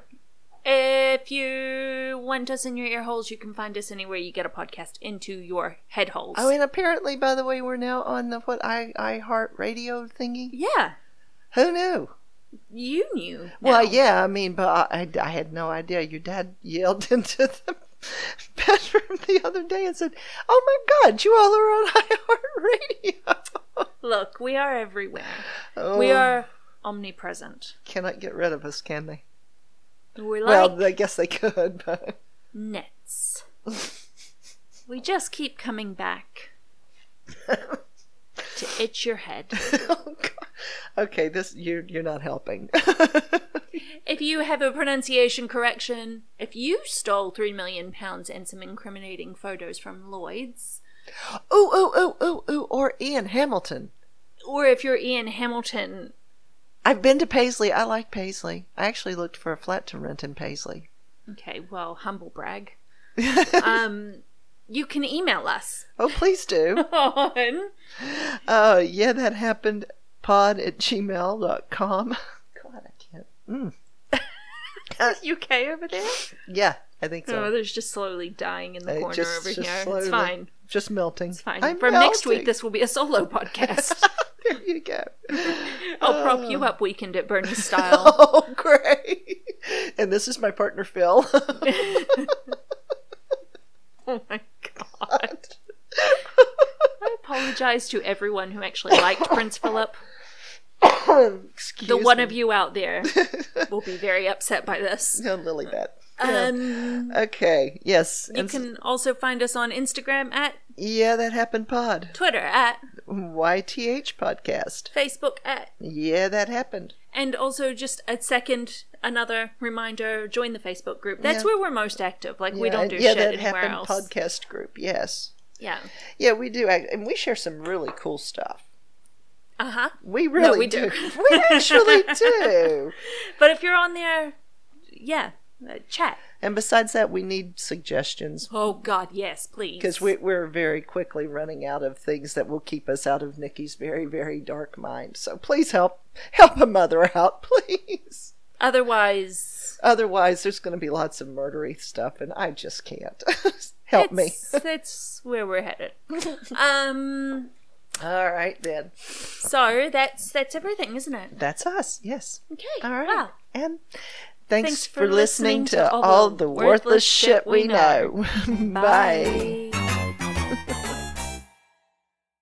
Speaker 1: if you want us in your ear holes, you can find us anywhere you get a podcast into your head holes.
Speaker 2: Oh, and apparently, by the way, we're now on the what I I Heart Radio thingy.
Speaker 1: yeah,
Speaker 2: Who knew?
Speaker 1: you knew.
Speaker 2: Well,
Speaker 1: now.
Speaker 2: yeah, I mean, but I, I had no idea. Your dad yelled into the bedroom the other day and said, "Oh my God, you all are on iHeartRadio."
Speaker 1: Look, we are everywhere.
Speaker 2: oh,
Speaker 1: We are omnipresent.
Speaker 2: cannot get rid of us, can they?
Speaker 1: We're like
Speaker 2: well, I guess they could, but Oh,
Speaker 1: nets. we just keep coming back to itch your head.
Speaker 2: Oh, God. okay, this you're you're not helping.
Speaker 1: If you have a pronunciation correction, if you stole three million pounds and some incriminating photos from Lloyd's,
Speaker 2: ooh ooh ooh ooh ooh. Or Ian Hamilton.
Speaker 1: or if you're Ian Hamilton,
Speaker 2: I've been to Paisley. I like Paisley. I actually looked for a flat to rent in Paisley.
Speaker 1: okay, well, humble brag. Um, you can email us
Speaker 2: oh, please do.
Speaker 1: on.
Speaker 2: Uh, yeah, that happened. Pod at gmail.com. God, I can't. Mm.
Speaker 1: UK over there?
Speaker 2: Yeah, I think so.
Speaker 1: Oh, there's just slowly dying in the
Speaker 2: Uh,
Speaker 1: corner
Speaker 2: just-
Speaker 1: over
Speaker 2: just
Speaker 1: here. It's
Speaker 2: slowly.
Speaker 1: fine.
Speaker 2: Just melting.
Speaker 1: It's fine.
Speaker 2: I'm
Speaker 1: From next
Speaker 2: melting.
Speaker 1: week, this will be a solo podcast.
Speaker 2: there you go.
Speaker 1: I'll prop
Speaker 2: Uh.
Speaker 1: you up weekend at Bernie style.
Speaker 2: Oh, great. And this is my partner, Phil.
Speaker 1: oh my god. I apologize to everyone who actually liked Prince Philip.
Speaker 2: Excuse
Speaker 1: The one
Speaker 2: me.
Speaker 1: of you out there will be very upset by this.
Speaker 2: Don't lily that.
Speaker 1: Um,
Speaker 2: Okay. Yes.
Speaker 1: you
Speaker 2: and s-
Speaker 1: can also find us on Instagram at
Speaker 2: yeah, that happened pod.
Speaker 1: Twitter at
Speaker 2: YTH podcast.
Speaker 1: Facebook at
Speaker 2: Yeah, that happened.
Speaker 1: and also just a second another reminder join the facebook group that's
Speaker 2: Yeah.
Speaker 1: where we're most active like we
Speaker 2: Yeah,
Speaker 1: don't do
Speaker 2: yeah,
Speaker 1: shit
Speaker 2: that
Speaker 1: anywhere
Speaker 2: happened
Speaker 1: else
Speaker 2: podcast group. Yes.
Speaker 1: yeah
Speaker 2: Yeah, we do. act- And we share some really cool stuff.
Speaker 1: uh-huh
Speaker 2: We really
Speaker 1: we do.
Speaker 2: we actually do.
Speaker 1: but if you're on there yeah uh, chat
Speaker 2: And besides that, we need suggestions
Speaker 1: oh god yes please
Speaker 2: because we, we're very quickly running out of things that will keep us out of Nikki's very, very dark mind. So please help help a mother out, please.
Speaker 1: otherwise
Speaker 2: Otherwise, there's going to be lots of murdery stuff, and I just can't. help me.
Speaker 1: that's- that's where we're headed um
Speaker 2: All right, then.
Speaker 1: so that's that's everything isn't it
Speaker 2: That's us. Yes.
Speaker 1: okay
Speaker 2: All right.
Speaker 1: wow.
Speaker 2: And thanks, for, listening, to all the worthless shit we know. Bye.